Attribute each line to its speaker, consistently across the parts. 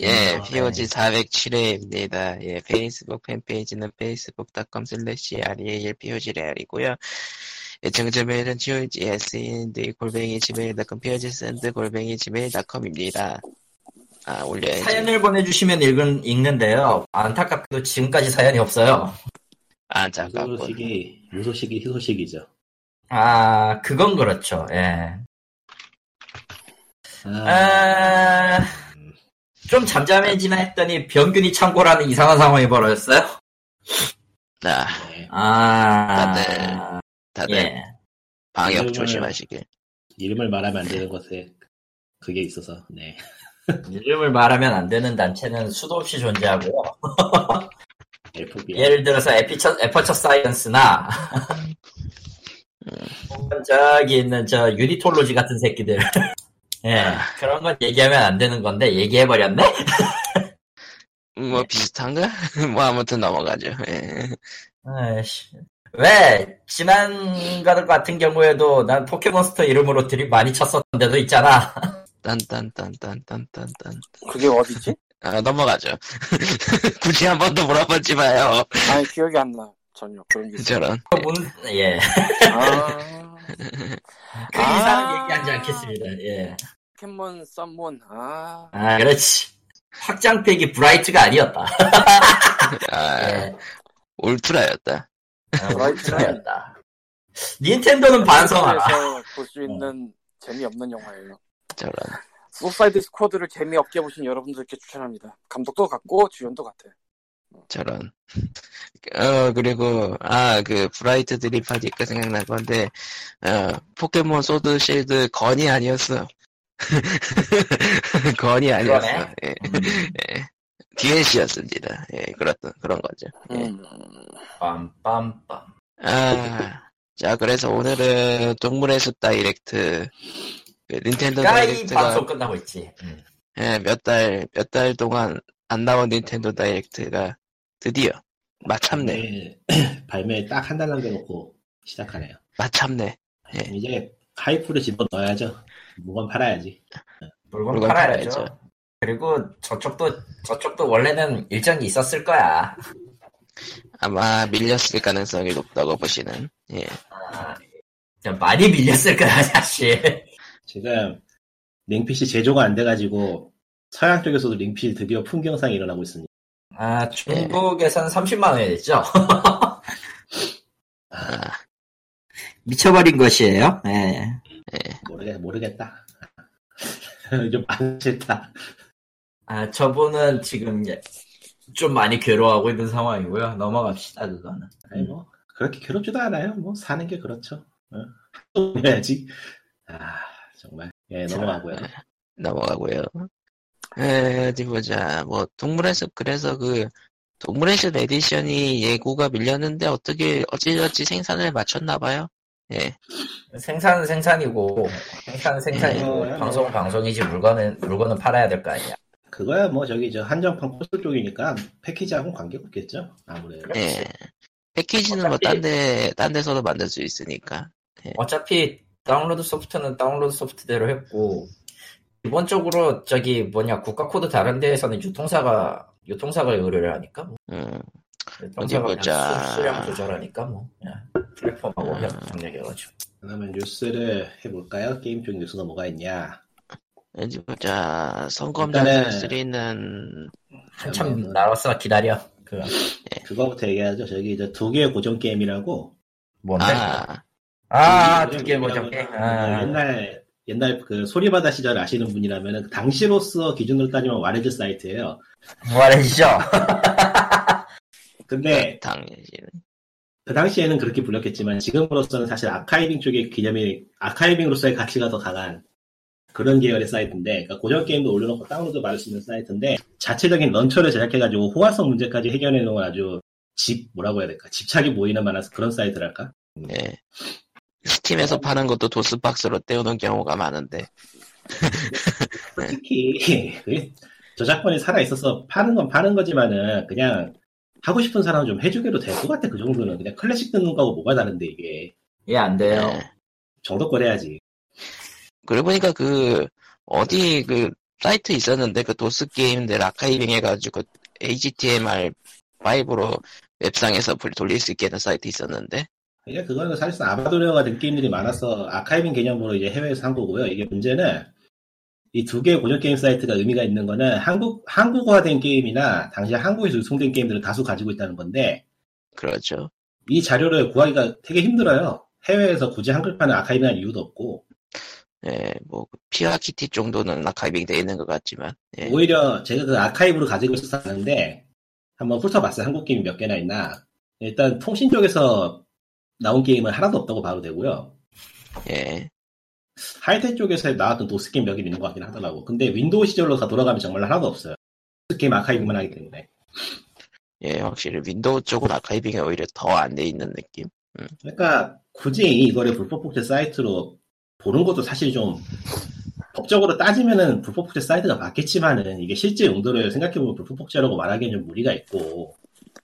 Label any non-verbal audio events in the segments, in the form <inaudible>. Speaker 1: 예,
Speaker 2: 네,
Speaker 3: 아,
Speaker 1: POG 407회입니다. 예, 페이스북 팬페이지는 facebook.com slash rel POG real이고요. 예청자 메일은 GOG SND E 골뱅이 gmail.com POG SND E 골뱅이 gmail.com입니다. 아, 올려야지.
Speaker 3: 사연을 보내주시면 읽은, 읽는데요. 안타깝게도 지금까지 사연이 없어요.
Speaker 1: 아, 잠깐만.
Speaker 2: 그 소식이 무소식이 희소식이죠.
Speaker 3: 아, 그건 그렇죠. 예.
Speaker 2: 아,
Speaker 3: 아, 좀 잠잠해지나 했더니 병균이 창고라는 이상한 상황이 벌어졌어요.
Speaker 1: 아,
Speaker 2: 네.
Speaker 3: 아,
Speaker 1: 다들, 다들
Speaker 3: 예.
Speaker 1: 방역
Speaker 2: 이름을-
Speaker 1: 조심하시길.
Speaker 2: 이름을 말하면 안 되는 것에 그게 있어서 네.
Speaker 3: 이름을 말하면 안 되는 단체는 수도 없이 존재하고요.
Speaker 2: FBI.
Speaker 3: 예를 들어서 에피처, 에퍼처 사이언스나 <laughs> 저기 있는 저 유니톨로지 같은 새끼들. <laughs> 예, 그런 건 얘기하면 안 되는 건데 얘기해버렸네?
Speaker 2: 예.
Speaker 1: 뭐 비슷한가? <laughs> 뭐 아무튼 넘어가죠. 예.
Speaker 3: 아이씨. 왜 지난 것 같은 경우에도 난 포켓몬스터 이름으로 드립 많이 쳤었는데도 있잖아. <laughs>
Speaker 1: 딴딴딴딴딴딴딴.
Speaker 4: 그게 어디지?
Speaker 1: 아, 넘어가죠. <laughs> 굳이 한 번 더 물어보지 마요. <laughs>
Speaker 4: 아니 기억이 안 나. 전혀 그런 게. 있어.
Speaker 1: 저런.
Speaker 3: 문, 예.
Speaker 4: 아.
Speaker 3: 그
Speaker 4: 아.
Speaker 3: 이상은 얘기하지 않겠습니다. 예.
Speaker 4: 포켓몬 썬몬. 아.
Speaker 3: 아, 그렇지. 확장팩이 브라이트가 아니었다.
Speaker 1: 아,
Speaker 3: 예.
Speaker 1: 울트라였다.
Speaker 3: 아,
Speaker 4: 브라이트는-
Speaker 3: 브라이트였다. 닌텐도는 반성하라.
Speaker 4: 볼 수 있는 재미없는 영화예요.
Speaker 1: 저런.
Speaker 4: 소사이드 스쿼드를 재미없게 보신 여러분들께 추천합니다. 감독도 같고 주연도 같아.
Speaker 1: 저런. 어, 그리고, 아, 그, 브라이트 드립 하니까 생각난 건데, 어, 포켓몬 소드 실드 건이 아니었어. <laughs> 건이 아니었어.
Speaker 3: 그러네.
Speaker 1: 예, DLC였습니다. 예, 그렇던, 그런 거죠. 예.
Speaker 4: 음.
Speaker 3: 빰빰빰.
Speaker 1: 아, 자, 그래서 오늘은 동물의 숲 다이렉트, 그 닌텐도
Speaker 3: 그러니까 까이
Speaker 1: 다이렉트가
Speaker 3: 방송 끝나고 있지. 음.
Speaker 1: 예, 몇 달, 몇 달 동안 안 나온 닌텐도 다이렉트가 드디어, 마참내,
Speaker 2: 네. <clears throat> 발매 딱 한 달 남겨놓고 시작하네요.
Speaker 1: 마참내. 네.
Speaker 2: 이제 하이프를 집어 넣어야죠. 물건 팔아야지.
Speaker 3: 물건,
Speaker 1: 물건
Speaker 3: 팔아야죠.
Speaker 1: 팔아야죠.
Speaker 3: 그리고 저쪽도 저쪽도 원래는 일정이 있었을 거야.
Speaker 1: 아마 밀렸을 가능성이 높다고 보시는, 예.
Speaker 3: 아, 많이 밀렸을 거야 사실.
Speaker 2: 지금 링핏이 제조가 안 돼가지고 서양 쪽에서도 링핏이 드디어 풍경상이 일어나고 있습니다.
Speaker 3: 아 중국에선 30만 원이 <laughs> 됐죠.
Speaker 1: 아,
Speaker 3: 미쳐버린 것이에요. 예.
Speaker 2: 모르겠 모르겠다. <laughs> 좀안 싫다.
Speaker 3: 아 저분은 지금 이제 좀 많이 괴로워하고 있는 상황이고요. 넘어갑시다 그거는.
Speaker 2: 아니 뭐 그렇게 괴롭지도 않아요. 뭐 사는 게 그렇죠. 어? 해야지. 아 정말 예 넘어가고요.
Speaker 1: 넘어가고요. 에, 어디 보자. 뭐, 동물의 숲, 그래서 그, 동물의 숲 에디션이 예고가 밀렸는데 어떻게, 어찌저찌 생산을 마쳤나봐요. 예.
Speaker 3: 생산은 생산이고 생산은 생산이고
Speaker 2: 예.
Speaker 3: 방송은 방송이지 물건은 물건은 팔아야 될 거 아니야.
Speaker 2: 그거야 뭐 저기 저 한정판 코스 쪽이니까 패키지하고는 관계가 없겠죠. 아무래도
Speaker 1: 예. 패키지는 뭐, 딴 데, 딴 데서도 만들 수 있으니까.
Speaker 3: 어차피 다운로드 소프트는 다운로드 소프트대로 했고 기본적으로 저기 뭐냐 국가 코드 다른 데에서는 유통사가 유통사가 의뢰를 하니까 뭐
Speaker 1: 음.
Speaker 3: 유통사가
Speaker 1: 어디 보자.
Speaker 3: 그냥 수- 수량 조절하니까 뭐 그냥 플랫폼하고 그냥 협력해가지고
Speaker 2: 그러면 뉴스를 해볼까요? 게임 쪽 뉴스가 뭐가 있냐?
Speaker 1: 어디 보자.
Speaker 2: 일단은-
Speaker 1: 성검전선 3는
Speaker 3: 한참
Speaker 2: 그러면은
Speaker 3: 나와서 기다려 그
Speaker 2: 그거부터 얘기하죠. 저기 이제 두 개의 고정 게임이라고.
Speaker 3: 뭔데
Speaker 1: 아,
Speaker 3: 아두개 고정 게임
Speaker 2: 아,
Speaker 3: 아,
Speaker 2: 옛날 옛날 그 소리바다 시절 아시는 분이라면은 당시로서 기준으로 따지면 와레즈 사이트예요.
Speaker 3: 무한해지죠
Speaker 2: 근데
Speaker 1: 당연히
Speaker 2: 그 당시에는 그렇게 불렸겠지만 지금으로서는 사실 아카이빙 쪽의 개념이 아카이빙으로서의 가치가 더 강한 그런 계열의 사이트인데 그러니까 고정 게임도 올려놓고 다운로드 받을 수 있는 사이트인데 자체적인 런처를 제작해가지고 호화성 문제까지 해결해 놓은 아주 집 뭐라고 해야 될까 집착이 모이는 만한 그런 사이트랄까
Speaker 1: 예. 스팀에서 파는 것도 도스박스로 떼우는 경우가 많은데 네.
Speaker 2: 특히 <laughs> 그 저작권이 살아 있어서 파는 건 파는 거지만은 그냥 하고 싶은 사람 은좀 해주기로 될 것 같아 그 정도는 그냥 클래식 듣는 거하고 뭐가 다른데 이게
Speaker 3: <laughs> 예안 돼요
Speaker 1: 예.
Speaker 2: 정도 거래야지
Speaker 1: 그러고 보니까 그 어디 그 사이트 있었는데 그 도스 게임들 아카이빙 해가지고 HTML 5로 웹상에서 불- 돌릴 수 있게 하는 사이트 있었는데
Speaker 2: 이게 그거는 사실상 아바도레어가 된 게임들이 많아서 아카이빙 개념으로 이제 해외에서 한 거고요. 이게 문제는 이 두 개의 고전 게임 사이트가 의미가 있는 거는 한국 한국화된 게임이나 당시 한국에서 유통된 게임들을 다수 가지고 있다는 건데
Speaker 1: 그렇죠.
Speaker 2: 이 자료를 구하기가 되게 힘들어요. 해외에서 굳이 한글판을 아카이빙할 이유도 없고
Speaker 1: 예, 뭐 피아키티 정도는 아카이빙 돼 있는 것 같지만 예,
Speaker 2: 오히려 제가 그 아카이브로 가지고 있었는데 한번 훑어봤어요. 한국 게임이 몇 개나 있나. 일단 통신 쪽에서 나온 게임은 하나도 없다고 봐도 되고요.
Speaker 1: 예,
Speaker 2: 하이텍 쪽에서 나왔던 도스 게임 몇 개 있는 것 같긴 하더라고. 근데 윈도우 시절로 다 돌아가면 정말 하나도 없어요. 도스 게임 아카이브만 하기 때문에.
Speaker 1: 예, 확실히 윈도우 쪽은 아카이빙이 오히려 더 안 돼 있는 느낌.
Speaker 2: 그러니까 굳이 이거를 불법 복제 사이트로 보는 것도 사실 좀 법적으로 따지면은 불법 복제 사이트가 맞겠지만은 이게 실제 용도를 생각해보면 불법 복제라고 말하기엔 좀 무리가 있고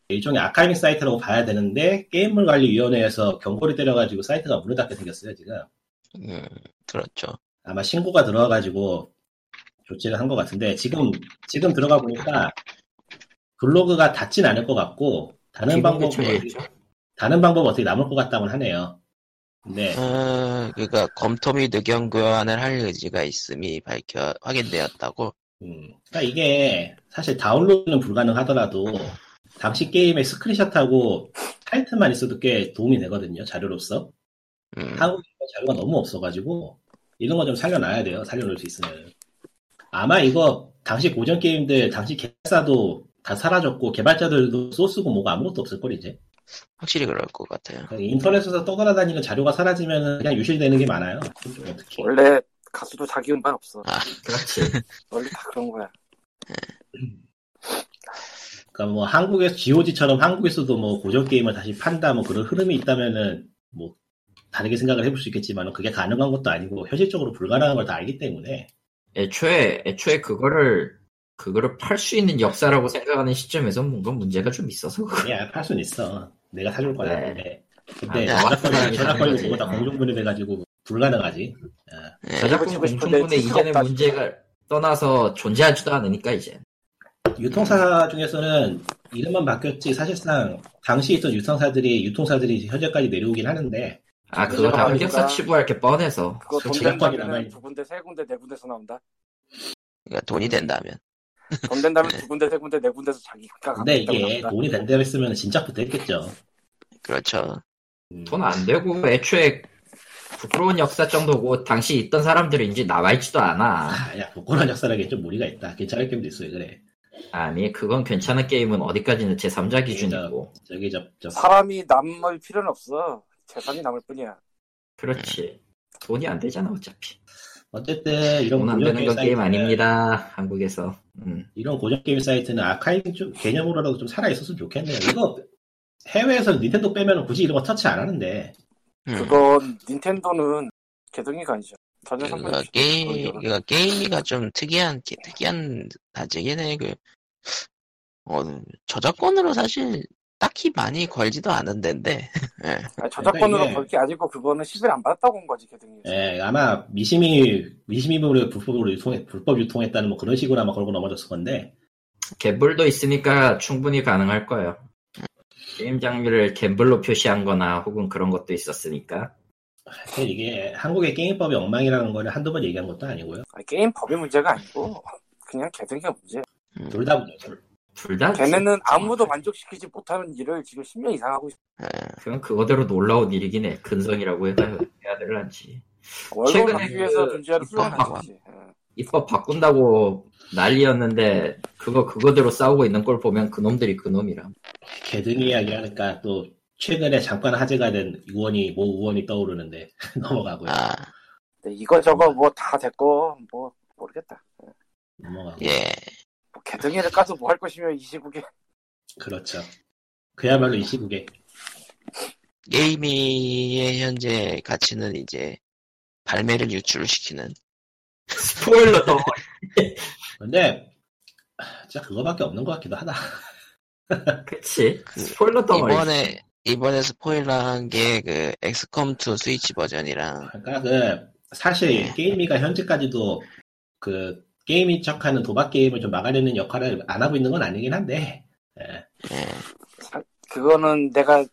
Speaker 2: 일종의 아카이빙 사이트라고 봐야 되는데 게임물 관리 위원회에서 경고를 때려가지고 사이트가 문을 닫게 생겼어요 지금.
Speaker 1: 음, 그렇죠.
Speaker 2: 아마 신고가 들어와가지고 조치를 한 것 같은데 지금 지금 들어가 보니까 블로그가 닫진 않을 것 같고
Speaker 3: 네.
Speaker 2: 다른 방법
Speaker 3: 죠
Speaker 2: 다른 방법 어떻게 남을 것 같다고 하네요. 근데
Speaker 1: 어, 그러니까 검토 및 의견 교환을 할 의지가 있음이 밝혀 확인되었다고.
Speaker 2: 음, 그러니까 이게 사실 다운로드는 불가능하더라도 당시 게임의 스크린샷하고 타이틀만 있어도 꽤 도움이 되거든요 자료로서
Speaker 1: 음,
Speaker 2: 한국에 자료가 너무 없어가지고 이런 거 좀 살려놔야 돼요. 살려놓을 수 있으면. 아마 이거 당시 고전 게임들 당시 개발사도 다 사라졌고 개발자들도 소스고 뭐가 아무것도 없을 걸 이제.
Speaker 1: 확실히 그럴 것 같아요.
Speaker 2: 그냥 인터넷에서 떠돌아다니는 자료가 사라지면 그냥 유실되는 게 많아요. 좀 어떻게.
Speaker 4: 원래 가수도 자기 음반 없어.
Speaker 3: 그렇지.
Speaker 4: 원래 다 그런 거야.
Speaker 2: 그러니까 뭐 한국에서 GOG처럼 한국에서도 뭐 고전 게임을 다시 판다 뭐 그런 흐름이 있다면은 뭐 다르게 생각을 해볼 수 있겠지만 그게 가능한 것도 아니고 현실적으로 불가능한 걸 다 알기 때문에
Speaker 3: 애초에 애초에 그거를 그거를 팔 수 있는 역사라고 생각하는 시점에서 뭔가 문제가 좀 있어서 그거.
Speaker 2: 그냥 할 수는 있어. 내가 사줄 거야.
Speaker 3: 네.
Speaker 2: 근데 근데
Speaker 3: 아,
Speaker 2: 저작권이
Speaker 3: 네.
Speaker 2: 저작권이
Speaker 3: 네.
Speaker 2: 뭐고 다
Speaker 3: 네.
Speaker 2: 공중분해돼가지고 불가능하지. 아,
Speaker 1: 예,
Speaker 3: 저작권
Speaker 4: 해보고 싶은데
Speaker 3: 공통분의
Speaker 4: 필요가
Speaker 3: 이전의
Speaker 4: 없다.
Speaker 3: 문제가 떠나서 존재하지도 않으니까 이제
Speaker 2: 유통사 중에서는 이름만 바뀌었지 사실상 당시 있던 유통사들이 유통사들이 현재까지 내려오긴 하는데
Speaker 3: 아 그거 다
Speaker 4: 그러니까.
Speaker 3: 흑역사 치부할 게 뻔해서
Speaker 4: 그거 돈
Speaker 2: 제작권이
Speaker 4: 된다면
Speaker 2: 남아있-
Speaker 4: 두 군데 세 군데 네 군데서 나온다.
Speaker 1: 그러니까 돈이 된다면.
Speaker 4: 돈 된다면 두 군데 세 군데 네 군데서 자기가 갖고
Speaker 2: 근데
Speaker 4: 있다고
Speaker 2: 이게
Speaker 4: 나온다.
Speaker 2: 돈이 된다고 했으면 진작부터 했겠죠.
Speaker 1: 그렇죠.
Speaker 2: 음,
Speaker 3: 돈 안 되고 애초에 부끄러운 역사 정도고 당시 있던 사람들이 이제 나와 있지도 않아.
Speaker 2: 아, 야 복권한 역사라기엔 좀 무리가 있다. 괜찮을 게임도 있어요. 그래.
Speaker 3: 아니 그건 괜찮은 게임은 어디까지는 제 3자 기준이고
Speaker 2: 저기 저저
Speaker 4: 사람이 남을 필요는 없어. 재산이 남을 뿐이야.
Speaker 3: 그렇지 돈이 안 되잖아 어차피
Speaker 2: 어쨌든 이런
Speaker 3: 돈
Speaker 2: 고전
Speaker 3: 안 되는
Speaker 2: 게임
Speaker 3: 건 게임
Speaker 2: 사이트는-
Speaker 3: 아닙니다 한국에서 음.
Speaker 2: 이런 고전 게임 사이트는 아카이빙 좀 개념으로라도 좀 살아 있었으면 좋겠네요. 이거 해외에서 닌텐도 빼면 굳이 이런 거 터치 안 하는데
Speaker 1: 음,
Speaker 4: 그건 닌텐도는 개동이가 아니죠. 전혀
Speaker 1: 그러니까
Speaker 4: 상관없죠.
Speaker 1: 게임,
Speaker 4: 그건
Speaker 1: 그러니까 게임이가 좀 특이한 게- 특이한 단지기네. 그 어, 저작권으로 사실 딱히 많이 걸지도 않은 데인데.
Speaker 4: 아니, 저작권으로
Speaker 2: 이게-
Speaker 4: 벌 게 아니고 그거는 시비를 안 받았다고 온 거지 개등이.
Speaker 2: 예, 아마 미심이 미심이으로 불법으로 유통해 불법 유통했다는 뭐 그런 식으로 아마 걸고 넘어졌을 건데
Speaker 3: 갬블도 있으니까 충분히 가능할 거예요 게임 장르를 갬블로 표시한 거나 혹은 그런 것도 있었으니까
Speaker 2: 사실 이게 한국의 게임법이 엉망이라는 거는 한두 번 얘기한 것도 아니고요.
Speaker 4: 아니, 게임 법의 문제가 아니고 그냥 개등이가 문제.
Speaker 1: 음,
Speaker 2: 둘 다 문제. 둘.
Speaker 3: 둘다
Speaker 4: 걔네는 아무도 만족시키지 못하는 일을 지금 10년 이상 하고 있어.
Speaker 1: 예,
Speaker 3: 그건 그거대로 놀라운 일이긴 해 근성이라고 해야, 해야 될란지
Speaker 4: 월급
Speaker 3: 최근에
Speaker 4: 받기 위해서
Speaker 3: 그
Speaker 4: 존재하는 훌륭한
Speaker 1: 입법하고
Speaker 4: 아저씨. 예.
Speaker 3: 입법 바꾼다고 난리였는데 그거 그거대로 싸우고 있는 걸 보면 그놈들이 그놈이라
Speaker 2: 개등 이야기하니까 또 최근에 잠깐 화제가 된 의원이 모 의원이 떠오르는데 <laughs> 넘어가고요.
Speaker 1: 아,
Speaker 4: 근데 이거 저거 뭐 다 됐고 뭐 모르겠다.
Speaker 2: 넘어가고
Speaker 1: 예,
Speaker 4: 뭐 개등이를 까서 뭐 할 것이며 이 시국에
Speaker 2: 그렇죠. 그야말로 이 시국에
Speaker 1: 게임의 현재 가치는 이제 발매를 유출시키는.
Speaker 3: 스포일러 더
Speaker 2: 근데 진짜 그거밖에 없는 것 같기도 하다.
Speaker 3: 그치
Speaker 1: 그
Speaker 3: 스포일러 덩어리
Speaker 1: 이번에 이번에 스포일러 한 게 그 엑스컴 2 스위치 버전이랑
Speaker 2: 그러니까 그 사실
Speaker 1: 네.
Speaker 2: 게임이가 현재까지도 그 게임인 척하는 도박 게임을 좀 막아내는 역할을 안 하고 있는 건 아니긴 한데 예.
Speaker 1: 예.
Speaker 4: 그거는 내가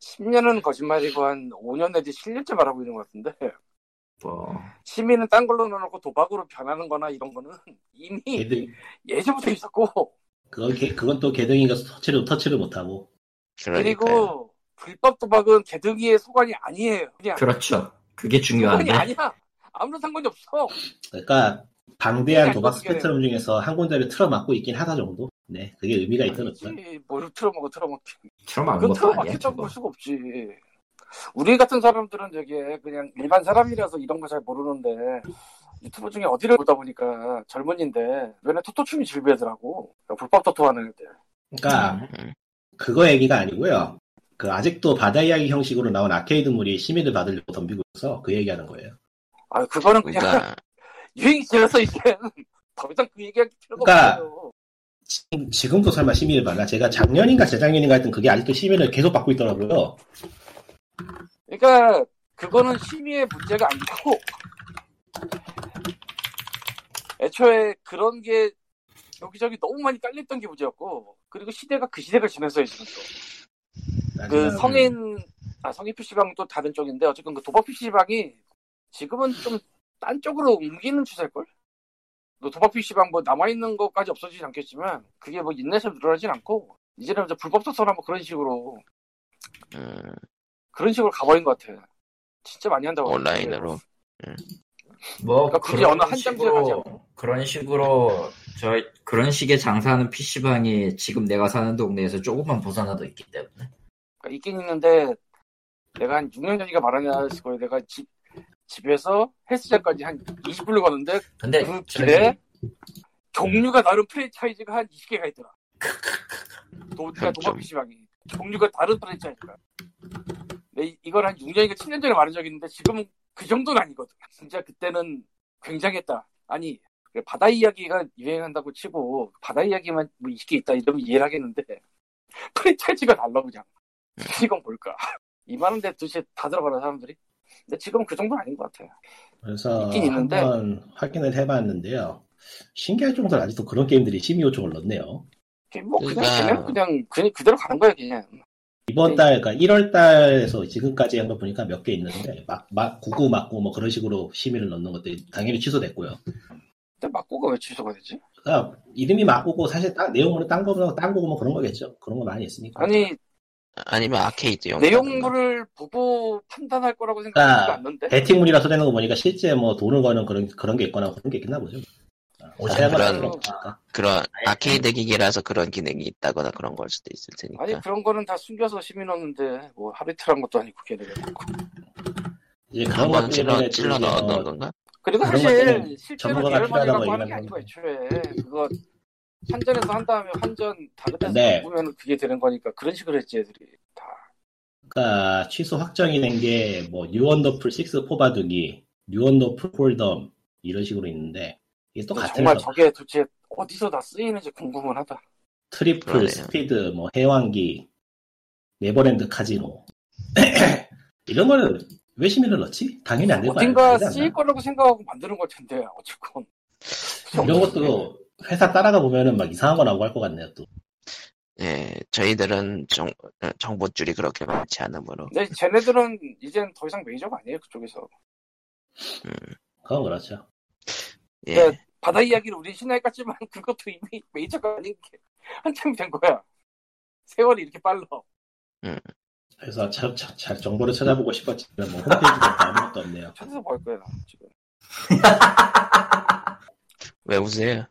Speaker 4: 10년은 거짓말이고 한 5년 내지 7년째 말하고 있는 것 같은데
Speaker 3: 뭐
Speaker 4: 시민은 딴 걸로 넣어놓고 도박으로 변하는 거나 이런 거는 <laughs> 이미
Speaker 3: 예.
Speaker 2: 걔들
Speaker 4: 예전부터 있었고
Speaker 2: 그건 걔- 그건 또 개등이가 터치를 터치를 못하고
Speaker 1: 그러니까요.
Speaker 4: 그리고 불법 도박은 개등이의 소관이 아니에요 그냥
Speaker 3: 그렇죠. 그게
Speaker 4: 소관이
Speaker 3: 중요한데
Speaker 4: 아니야 아무런 상관이 없어
Speaker 2: 그러니까 방대한
Speaker 4: 그냥
Speaker 2: 도박
Speaker 4: 그렇게 해요.
Speaker 2: 스펙트럼 중에서 한 군데를 틀어막고 있긴 하다 정도. 네, 그게 의미가 있더라고요.
Speaker 4: 그렇지 뭘 틀어먹어 틀어먹기
Speaker 3: 처음 안
Speaker 4: 그건
Speaker 3: 것도 그렇죠. 아니야
Speaker 4: 틀어먹겠다고
Speaker 3: 저거.
Speaker 4: 볼 수가 없지 우리 같은 사람들은 저게 그냥 일반 사람이라서 이런 거 잘 모르는데 유튜브 중에 어디를 보다 보니까 젊은인데 맨날 토토춤이 즐비하더라고 불법 토토하는 애들
Speaker 2: 그러니까
Speaker 1: 음.
Speaker 2: 그거 얘기가 아니고요. 그 아직도 바다 이야기 형식으로 나온 아케이드물이 시민을 받으려고 덤비고 있어서 그 얘기하는 거예요.
Speaker 4: 아 그거는 그냥
Speaker 1: 그러니까
Speaker 4: 유행이 지나서 이제 <laughs> 더 이상 그 얘기할 필요가
Speaker 2: 그러니까
Speaker 4: 없어요.
Speaker 2: 지금, 지금도 설마 시민을 받나? 제가 작년인가 재작년인가 했던 그게 아직도 시민을 계속 받고 있더라고요.
Speaker 4: 그러니까 그거는 심의의 문제가 아니고 애초에 그런 게 여기저기 너무 많이 깔렸던 게 문제였고 그리고 시대가 그 시대를 지나서요 지금 또. 그
Speaker 2: 하지만
Speaker 4: 성인 아 성인 PC방은 또 다른 쪽인데 어쨌건 그 도박 PC방이 지금은 좀 딴 쪽으로 옮기는 추세일걸? 또 도박 PC방 뭐 남아있는 것까지 없어지지 않겠지만 그게 뭐 인내심 늘어나진 않고 이제는 이제 불법 소설나 뭐 그런 식으로
Speaker 1: 음,
Speaker 4: 그런 식으로 가버린 것 같아. 진짜 많이 한다고.
Speaker 1: 온라인으로
Speaker 3: 뭐
Speaker 4: 그러니까 굳이 어느 한 장소에 가지
Speaker 3: 그런 식으로 저 그런 식의 장사하는 PC방이 지금 내가 사는 동네에서 조금만 벗어나도 있기 때문에
Speaker 4: 그러니까 있긴 있는데 내가 한 6년 전인가 말하냐를 거예요. 내가 집 집에서 헬스장까지 한 20분을 걷는데
Speaker 3: 근데
Speaker 4: 그
Speaker 3: 저기
Speaker 4: 길에 종류가 나름 프랜차이즈가 한 20개가 있더라. 도, 그러니까
Speaker 1: 좀-
Speaker 4: 도박 PC방이 종류가 다른 프랜차이즈가. 근데 이- 이걸 한 6년인가 7년 전에 말한 적이 있는데 지금은 그 정도는 아니거든. 진짜 그때는 굉장했다. 아니 그 바다 이야기가 유행한다고 치고 바다 이야기만 뭐 있게 있다 이러면 이해를 하겠는데 <laughs> 프랜차이즈가 달라 그냥. 이건 뭘까? <laughs> 이만한데 도대체 다 들어가나 사람들이? 근데 지금은 그 정도는 아닌 것 같아요.
Speaker 2: 그래서
Speaker 4: 있긴 있는데.
Speaker 2: 한번 확인을 해봤는데요. 신기할 정도로 아직도 그런 게임들이 심의 요청을 넣네요.
Speaker 4: 그냥 뭐 그냥
Speaker 1: 그러니까-
Speaker 4: 그냥 그냥 그냥 그대로 가는 거야 그냥.
Speaker 2: 이번
Speaker 4: 네.
Speaker 2: 달, 그러니까 1월 달에서 지금까지 한 거 보니까 몇 개 있는데 막, 막 구구 맞고 뭐 그런 식으로 심의를 넣는 것들이 당연히 취소됐고요.
Speaker 4: 근데 막고가 왜 취소가 되지?
Speaker 2: 그러니까 이름이 맞고 사실 딱 내용으로 딴 거보면 딴 거고 뭐 그런 거겠죠. 그런 거 많이 있으니까.
Speaker 4: 아니
Speaker 1: 아니면 아케이드용
Speaker 4: 내용물을 보고 판단할 거라고 생각하지
Speaker 2: 그러니까
Speaker 4: 않는데
Speaker 2: 배팅물이라 소되는 거 보니까 실제 뭐 돈을 거는 그런 그런 게 있거나 그런 게 있나 보죠. 아,
Speaker 3: 오,
Speaker 2: 자세한 건
Speaker 1: 그런-
Speaker 2: 알 필요 없으니까.
Speaker 1: 그런 아케이드 기기라서 그런 기능이 있다거나 그런 걸 수도 있을 테니까. 음,
Speaker 2: 그러니까.
Speaker 4: 아니 그런 거는 다 숨겨서 시민 넣는데 뭐 하비트란 것도 아니고 걔네가.
Speaker 2: 이제 그런
Speaker 1: 한번
Speaker 2: 것
Speaker 1: 찔러
Speaker 2: 때문에
Speaker 1: 찔러
Speaker 2: 뭐
Speaker 1: 넣는 건가?
Speaker 4: 그리고
Speaker 2: 그런
Speaker 4: 사실
Speaker 2: 것들은
Speaker 4: 실제로
Speaker 2: 전문가가
Speaker 4: 리얼
Speaker 2: 필요하다고
Speaker 4: 머니라고 하는 게
Speaker 2: 얘기하는
Speaker 4: 아니고 애초에 그거 환전에서 한 다음에 환전 다른 데서
Speaker 2: 네.
Speaker 4: 보면 그게 되는 거니까 그런 식으로 했지 애들이 다.
Speaker 2: 그러니까 취소 확정이 된 게 뭐 뉴원더풀 6 포바둑이, 뉴원더풀 홀덤 이런 식으로 있는데 이게 또 같은
Speaker 4: 네, 정말
Speaker 2: 회사.
Speaker 4: 저게 도대체 어디서 다 쓰이는지 궁금은 하다.
Speaker 2: 트리플
Speaker 1: 그러네요.
Speaker 2: 스피드 뭐 해왕기 네버랜드 카지노 <clears throat> 이런 거는 왜 시민을 넣지? 당연히 안 될거
Speaker 4: 어딘가 쓰일 거라고 생각하고 만드는 걸 텐데 어쨌건
Speaker 2: 이런 것도 회사 따라가 보면은 막 이상한 거 나오고 할 것 같네요 또.
Speaker 1: 예, 저희들은 정 어, 정보줄이 그렇게 많지 않으므로
Speaker 4: 근데 쟤네들은 이젠 더 이상 메이저가 아니에요 그쪽에서
Speaker 2: 그건 그렇죠.
Speaker 1: 예,
Speaker 4: 네. 바다 이야기를 우리 신나게 깠지만 <laughs> 그것도 이미 메이저가 아닌 게 한참 된 거야 세월이 이렇게 빨라
Speaker 2: 그래서 잘, 잘, 잘 정보를 찾아보고 싶었지만 뭐 홈페이지도 아무것도 없네요.
Speaker 4: 찾아서 뭐 할 거야 나 지금
Speaker 1: 왜 웃으세요?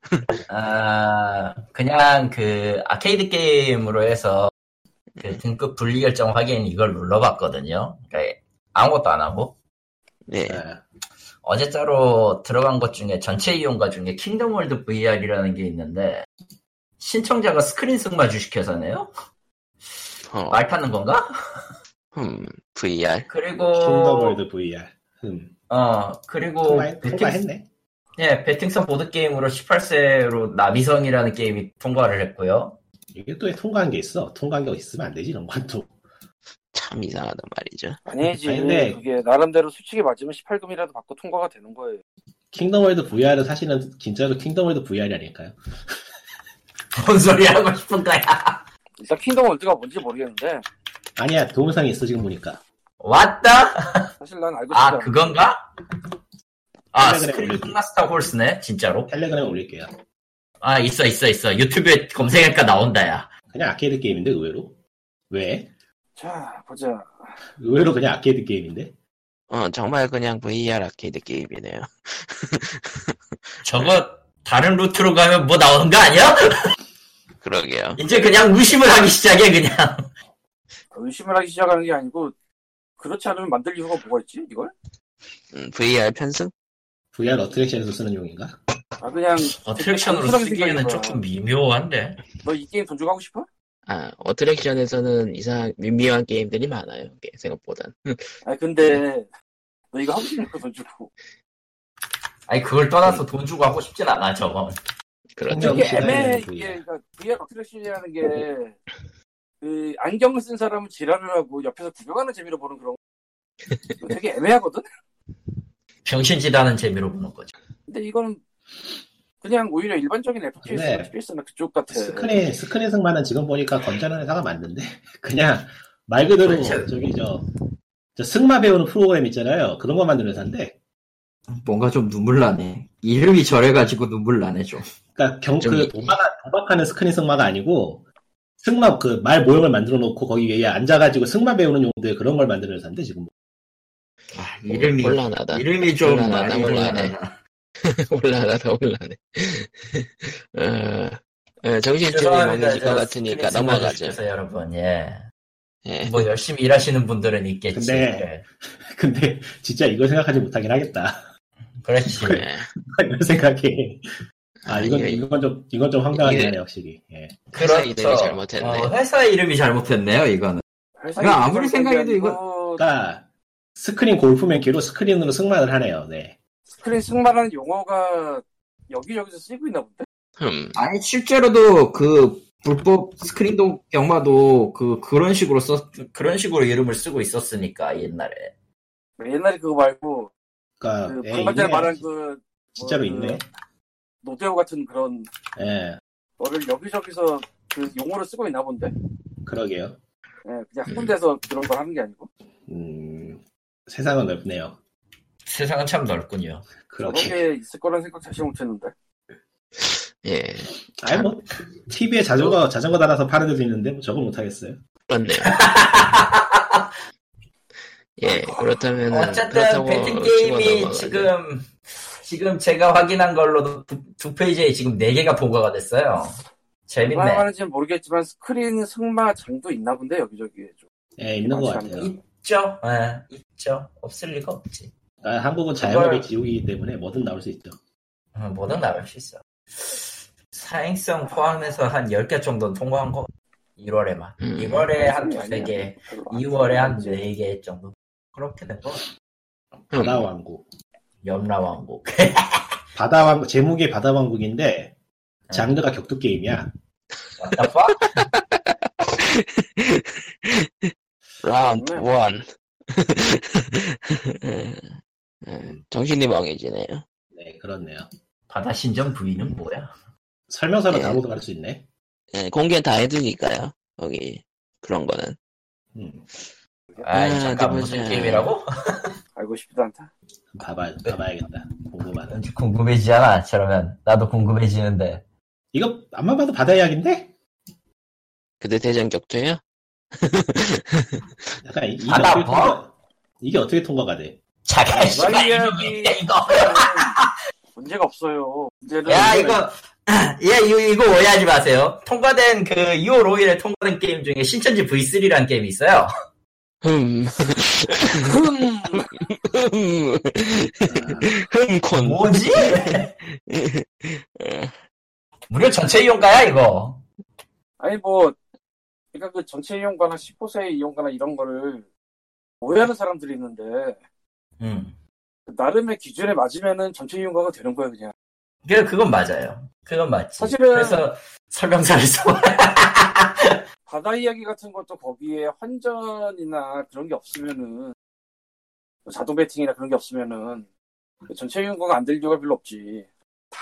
Speaker 3: 아 그냥 그 아케이드 게임으로 해서 그 등급 분리 결정 확인 이걸 눌러봤거든요. 그러니까 아무것도 안 하고
Speaker 1: 예,
Speaker 2: 네.
Speaker 3: 어제 자로 들어간 것 중에 전체 이용가 중에 킹덤월드 VR이라는 게 있는데 신청자가 스크린 승마 주식회사네요.
Speaker 1: 어,
Speaker 3: 말 타는 건가?
Speaker 1: 흠, VR,
Speaker 3: 어. 그리고
Speaker 2: 킹덤월드 VR. 음.
Speaker 3: 어 그리고
Speaker 2: 통과했,
Speaker 3: 배팅
Speaker 2: 통과했네.
Speaker 3: 예 배팅성 보드 게임으로 18세로 나비성이라는 게임이 통과를 했고요. <laughs>
Speaker 2: 이게 또 통과한 게 있어. 통과한 게 있으면 안 되지 이런 건 또.
Speaker 1: 참 이상하단 말이죠.
Speaker 4: 아니지
Speaker 2: 아니, 근데-
Speaker 4: 그게 나름대로 수칙이 맞으면 18금이라도 받고 통과가 되는 거예요
Speaker 2: 킹덤 월드 VR은 사실은 진짜로 킹덤 월드 VR이 아닐까요?
Speaker 3: 뭔 소리 하고 싶은 거야?
Speaker 4: 일단 킹덤 월드가 뭔지 모르겠는데
Speaker 2: 아니야 동영상이 있어 지금 보니까
Speaker 3: 왔다?
Speaker 4: 사실 난 알고 싶지
Speaker 3: 아,
Speaker 4: 않아.
Speaker 3: 그건가? 아,
Speaker 2: 텔레그램
Speaker 3: 스크린
Speaker 2: 올릴게.
Speaker 3: 마스터 홀스네, 진짜로.
Speaker 2: 텔레그램에 올릴게요.
Speaker 3: 아, 있어, 있어, 있어. 유튜브에 검색하니까 나온다, 야.
Speaker 2: 그냥 아케이드 게임인데 의외로 왜?
Speaker 4: 자 보자.
Speaker 2: 의외로 그냥 아케이드 게임인데
Speaker 1: 어, 정말 그냥 VR 아케이드 게임이네요. <laughs>
Speaker 3: 저거, 다른 루트로 가면 뭐 나오는 거 아니야?
Speaker 1: 그러게요.
Speaker 3: 이제 그냥 의심을 하기 시작해, 그냥.
Speaker 4: 의심을 하기 시작하는 게 아니고 그렇지 않으면 만들 이유가 뭐가 있지 이걸?
Speaker 1: 음, VR 편승?
Speaker 2: VR 어트랙션에서 쓰는 용인가?
Speaker 4: 아 그냥
Speaker 3: <laughs> 어트랙션으로
Speaker 4: 그런
Speaker 3: 쓰기에는
Speaker 4: 생각인 거야.
Speaker 3: 조금 미묘한데.
Speaker 4: 너 이 게임 돈 주고 하고 싶어?
Speaker 1: 아, 어트랙션에서는 이상, 미묘한 게임들이 많아요. 이게 생각보단.
Speaker 4: 아 근데 너 이거 하고 싶으니까 돈 주고.
Speaker 3: 아니, 그걸 떠나서 돈 주고 하고 싶진 않아, 저건.
Speaker 1: 그렇죠.
Speaker 2: 그냥-
Speaker 4: 이게
Speaker 2: 시간이
Speaker 4: 애매해
Speaker 2: 걸리는
Speaker 4: 이게 그러니까 VR 어트랙션이라는 게. 그 안경을 쓴 사람은 지랄을 하고 옆에서 구경하는 재미로 보는 그런 거. 이거 되게 애매하거든.
Speaker 3: 병신지다는 재미로 보는 거죠.
Speaker 4: 근데 이거는 그냥 오히려 일반적인 FPS나
Speaker 2: 네.
Speaker 4: FPS나 그쪽 같아.
Speaker 2: 스크린 스크린 승만은 지금 보니까 건전한 회사가 맞는데 <laughs> 그냥 말 그대로
Speaker 3: 그렇죠.
Speaker 2: 저기 저, 저 승마 배우는 프로그램 있잖아요. 그런 거 만드는 회사인데
Speaker 3: 뭔가 좀 눈물 나네. 이름이 저래가지고 눈물 나네, 좀.
Speaker 2: 그러니까 경그
Speaker 1: 저기-
Speaker 2: 도박, 하는 스크린 승마가 아니고 승마 그 말 모형을 만들어 놓고 거기 위에 앉아가지고 승마 배우는 용도의 그런 걸 만드는 회사인데 지금 <laughs>
Speaker 3: 아,
Speaker 1: 곤란하다.
Speaker 3: 이름이 좀
Speaker 1: 몰라,
Speaker 3: 많이
Speaker 1: 나 몰라,
Speaker 3: 곤란하다.
Speaker 1: <laughs> 곤란하다, 곤란해. 어, 어, 정신줄이
Speaker 3: 죄송합니다.
Speaker 1: 먹는 것
Speaker 3: 저
Speaker 1: 같으니까
Speaker 3: 스트레스
Speaker 1: 넘어가죠.
Speaker 3: 받으셔서 여러분, 예.
Speaker 1: 예.
Speaker 3: 뭐 열심히 일하시는 분들은 있겠지. 네.
Speaker 2: 근데- 근데 진짜 이걸 생각하지 못하긴 하겠다 <laughs>
Speaker 3: 예. 그렇지.
Speaker 1: 예.
Speaker 2: 이런 생각에 아 이건
Speaker 1: 이게-
Speaker 2: 이건 좀 이건 좀 황당하긴
Speaker 1: 이게-
Speaker 2: 하네 확실히 예.
Speaker 1: 회사 이름이 잘못했네.
Speaker 3: 그렇죠. 어, 회사 이름이 잘못했네요, 이거는.
Speaker 4: 회사
Speaker 3: 그냥
Speaker 4: 입장에서
Speaker 3: 아무리 생각해도
Speaker 4: 그게
Speaker 3: 이건-
Speaker 4: 아니고
Speaker 2: 그러니까 스크린 골프 맨키로 스크린으로 승마를 하네요 네
Speaker 4: 스크린 승마라는 용어가 여기저기서 쓰이고 있나 본데?
Speaker 1: 흠.
Speaker 3: 아니, 실제로도 그 불법 스크린도 영화도 그, 그런 식으로 써, 그런 식으로 이름을 쓰고 있었으니까, 옛날에.
Speaker 4: 뭐 옛날에 그거 말고
Speaker 2: 그러니까
Speaker 3: 아,
Speaker 4: 그
Speaker 2: 예,
Speaker 4: 방금 전에
Speaker 2: 있네.
Speaker 4: 말한 그
Speaker 2: 진짜로
Speaker 4: 그-
Speaker 2: 있네
Speaker 4: 노데오 같은 그런
Speaker 2: 예
Speaker 4: 거를 여기저기서 그 용어를 쓰고 있나 본데?
Speaker 2: 그러게요
Speaker 4: 예, 그냥 한
Speaker 1: 음.
Speaker 4: 군데서 그런 걸 하는 게 아니고
Speaker 2: 음 세상은 넓네요
Speaker 3: 세상은 참 넓군요.
Speaker 4: 그런
Speaker 2: 그렇게
Speaker 4: 게 있을 거란 생각 자체 못했는데
Speaker 1: 예.
Speaker 2: 아니 뭐 TV에 자전거 자전거 달아서 파는 데도 있는데 뭐 저걸 못 하겠어요
Speaker 3: <laughs>
Speaker 1: 그렇네요. 예, 그렇다면은.
Speaker 3: 어쨌든
Speaker 1: 그렇다고
Speaker 3: 배팅
Speaker 1: 치고
Speaker 3: 게임이
Speaker 1: 넘어가죠.
Speaker 3: 지금 지금 제가 확인한 걸로도 두, 두 페이지에 지금 네 개가 보고가 됐어요.
Speaker 4: 얼마나
Speaker 3: 재밌네.
Speaker 4: 하는지는 모르겠지만 스크린 승마장도 있나 본데 여기저기에 좀
Speaker 2: 예 있는 것
Speaker 4: 맞지
Speaker 2: 같아요
Speaker 3: 있죠, 예, 있죠. 없을 리가 없지.
Speaker 2: 그러니까 한국은
Speaker 3: 그걸-
Speaker 2: 자연의 지옥이기 때문에 뭐든 나올 수 있죠
Speaker 3: 어, 뭐든 나올 수 있어. 사행성 포함해서 한 10개 정도는 통과한 거. 1월에만.
Speaker 1: 음.
Speaker 3: 1월에 네, 한
Speaker 4: 아니야.
Speaker 3: 2개,
Speaker 4: 별로 안
Speaker 3: 2월에 한 네.
Speaker 4: 좋아하는지.
Speaker 3: 4개 정도. 그렇게 된 거. 음.
Speaker 1: 흠.
Speaker 2: 바다왕국
Speaker 3: 염라왕국.
Speaker 2: 바다왕국 제목이 바다왕국인데 장르가 격투 게임이야
Speaker 3: What the fuck?
Speaker 1: 라운드
Speaker 3: <laughs>
Speaker 4: 네.
Speaker 1: 원. 음,
Speaker 3: 예.
Speaker 1: 음, 정신이 멍해지네요.
Speaker 2: 네 그렇네요
Speaker 3: 바다 신전 부인은 뭐야?
Speaker 2: 설명서를
Speaker 1: 예.
Speaker 2: 다운로드 받을 수 있네
Speaker 1: 예, 공개 다 해두니까요. 거기 그런 거는.
Speaker 2: 음
Speaker 3: 아,
Speaker 4: 음,
Speaker 1: 아,
Speaker 3: 잠깐
Speaker 1: 어디
Speaker 3: 무슨
Speaker 1: 보자.
Speaker 3: 게임이라고?
Speaker 4: 알고 싶지도 않다
Speaker 3: <laughs>
Speaker 2: 봐봐
Speaker 3: 네.
Speaker 2: 봐봐야겠다 궁금하다
Speaker 3: 왠지 궁금해지잖아. 저러면 나도 궁금해지는데.
Speaker 2: 이거 안만 봐도 바다 이야기인데
Speaker 1: 그대 대전 격투요?
Speaker 2: 약간 이, 이게
Speaker 3: 바다
Speaker 2: 어떻게
Speaker 3: 뭐?
Speaker 2: 통과 이게 어떻게 통과가 돼
Speaker 3: 잠깐 씨발 이거
Speaker 4: 이야기.
Speaker 3: 뭐야, 이거.
Speaker 4: 문제가 없어요 문제는
Speaker 3: 야 이거 <clears throat> 야 이거 이거 오해하지 마세요. 통과된 그 2월 5일에 통과된 게임 중에 신천지 V3라는 게임이 있어요.
Speaker 1: 흠. 흠. 흠. 흠콘.
Speaker 3: <laughs> 뭐지? 무료 전체 이용가야 이거.
Speaker 4: 아니 뭐 그러니까 그 전체 이용가나 19세 이용가나 이런 거를 오해하는 사람들이 있는데
Speaker 3: 음.
Speaker 4: 나름의 기준에 맞으면은 전체 이용가가 되는 거예요 그냥
Speaker 3: 그 그건 맞아요. 그건 맞지.
Speaker 4: 사실은-
Speaker 3: 그래서 설명서를 <laughs> 써.
Speaker 4: 바다 이야기 같은 것도 거기에 환전이나 그런 게 없으면은 뭐 자동 배팅이나 그런 게 없으면은 전체 연구가 안 될 이유가 별로 없지. 다